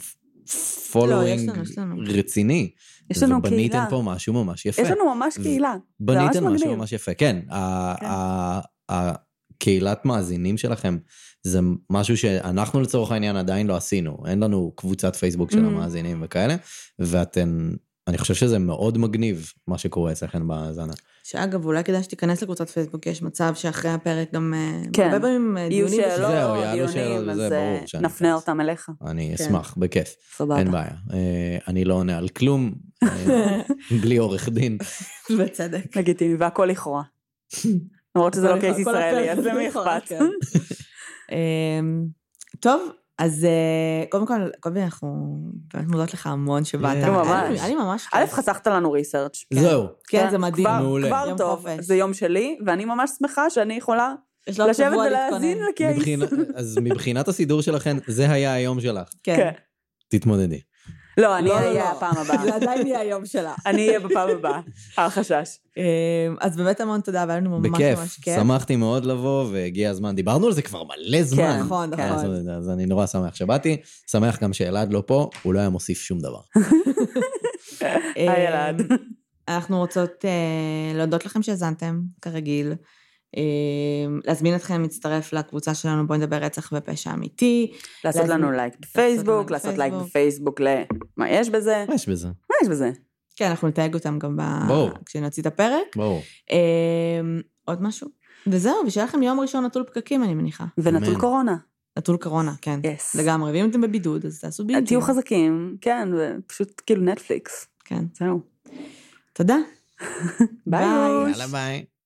[SPEAKER 1] יש
[SPEAKER 3] פולווינג
[SPEAKER 1] לנו, יש לנו.
[SPEAKER 3] רציני.
[SPEAKER 2] יש לנו
[SPEAKER 3] ובניתם
[SPEAKER 2] קהילה.
[SPEAKER 3] פה משהו ממש יפה.
[SPEAKER 2] יש לנו ממש
[SPEAKER 3] ו-
[SPEAKER 2] קהילה. ממש
[SPEAKER 3] בניתם משהו
[SPEAKER 2] מגניב.
[SPEAKER 3] ממש יפה, כן. ה-
[SPEAKER 2] כן.
[SPEAKER 3] ה- ה- הקהילת מאזינים שלכם זה משהו שאנחנו לצורך העניין עדיין לא עשינו. אין לנו קבוצת פייסבוק של
[SPEAKER 2] Mm.
[SPEAKER 3] המאזינים וכאלה, ואתם, אני חושב שזה מאוד מגניב מה שקורה אצלכם בהאזנה.
[SPEAKER 1] שאגב, אולי כדאי שתיכנס לקבוצת פייסבוק, יש מצב שאחרי הפרק גם... אה,
[SPEAKER 2] כן.
[SPEAKER 1] הרבה פעמים אה,
[SPEAKER 2] יהיו
[SPEAKER 1] דיונים...
[SPEAKER 2] שאלות,
[SPEAKER 3] זהו, יעלו שאלות,
[SPEAKER 2] דיונים, אז
[SPEAKER 3] זה
[SPEAKER 2] אה,
[SPEAKER 3] ברור שאני
[SPEAKER 2] נפנה
[SPEAKER 3] אכנס.
[SPEAKER 2] אותם אליך.
[SPEAKER 3] אני
[SPEAKER 1] כן.
[SPEAKER 3] אשמח, בכיף.
[SPEAKER 2] סבבה.
[SPEAKER 3] אין בעיה. אה, אני לא עונה על
[SPEAKER 2] *laughs*
[SPEAKER 3] כלום, אה, בלי עורך דין.
[SPEAKER 2] כן.
[SPEAKER 1] *laughs* בצדק.
[SPEAKER 2] לגיטימי, והכל לכאורה. למרות שזה לא קייס ישראלי, אז למי אכפת?
[SPEAKER 1] אמ, טוב, אז אה, קודם כל, קובי, אנחנו באמת מודות לך המון שבאת.
[SPEAKER 3] כן,
[SPEAKER 1] היה לי-
[SPEAKER 2] ממש.
[SPEAKER 1] היה לי ממש
[SPEAKER 2] *laughs* א',
[SPEAKER 1] כיף.
[SPEAKER 2] חסכת לנו ריסרצ'.
[SPEAKER 3] זהו.
[SPEAKER 1] כן,
[SPEAKER 2] כן,
[SPEAKER 1] זה מדהים.
[SPEAKER 2] כבר-
[SPEAKER 3] מעולה.
[SPEAKER 2] כבר
[SPEAKER 1] יום
[SPEAKER 2] טוב,
[SPEAKER 1] חופש.
[SPEAKER 2] זה יום שלי, ואני ממש שמחה שאני יכולה
[SPEAKER 1] יש לו עוד
[SPEAKER 2] לשבת
[SPEAKER 1] שבוע
[SPEAKER 2] ולהאזין
[SPEAKER 1] להתכונן.
[SPEAKER 2] לקייס.
[SPEAKER 3] מבחינה- אז מבחינת הסידור שלכן, זה היה היום שלך.
[SPEAKER 1] כן.
[SPEAKER 2] כן.
[SPEAKER 3] תתמודדי.
[SPEAKER 2] לא, אני
[SPEAKER 1] לא, לא,
[SPEAKER 2] אהיה
[SPEAKER 1] לא.
[SPEAKER 2] הפעם
[SPEAKER 1] *laughs*
[SPEAKER 2] הבאה.
[SPEAKER 1] זה עדיין יהיה היום שלה.
[SPEAKER 2] אני אהיה בפעם הבאה. אל חשש.
[SPEAKER 1] אמ, אז באמת המון תודה, והיה לנו ממש
[SPEAKER 3] בכיף,
[SPEAKER 1] ממש כיף.
[SPEAKER 3] שמחתי מאוד לבוא, והגיע הזמן, דיברנו על זה כבר מלא זמן.
[SPEAKER 1] נכון,
[SPEAKER 2] כן.
[SPEAKER 1] נכון.
[SPEAKER 3] אז- אז אני נורא שמח שבאתי, שמח גם שאלעד לא פה, הוא לא היה מוסיף שום דבר.
[SPEAKER 2] היי, אלעד.
[SPEAKER 1] אמ, אנחנו רוצות אה, להודות לכם שהאזנתם, כרגיל. אה, להזמין אתכם להצטרף לקבוצה שלנו, בואי נדבר רצח ופשע אמיתי.
[SPEAKER 2] לעשות לנו לייק בפייסבוק, לעשות לייק בפייסבוק ל... מה יש בזה?
[SPEAKER 3] מה יש בזה?
[SPEAKER 2] מה יש בזה?
[SPEAKER 1] כן, אנחנו נתייג אותם גם ב...
[SPEAKER 3] ברור.
[SPEAKER 1] כשנוציא את הפרק.
[SPEAKER 3] ברור.
[SPEAKER 1] אה, עוד משהו? וזהו, ושיהיה לכם יום ראשון נטול פקקים, אני מניחה.
[SPEAKER 2] ונטול
[SPEAKER 3] אמן.
[SPEAKER 2] קורונה.
[SPEAKER 1] נטול קורונה, כן.
[SPEAKER 2] יס.
[SPEAKER 1] לגמרי. ואם אתם בבידוד, אז תעשו ביוטיוב.
[SPEAKER 2] תהיו חזקים, כן, ופשוט כאילו נטפליקס.
[SPEAKER 1] כן.
[SPEAKER 2] זהו.
[SPEAKER 1] תודה.
[SPEAKER 2] ביי.
[SPEAKER 1] ביי.
[SPEAKER 2] יוש.
[SPEAKER 3] יאללה ביי.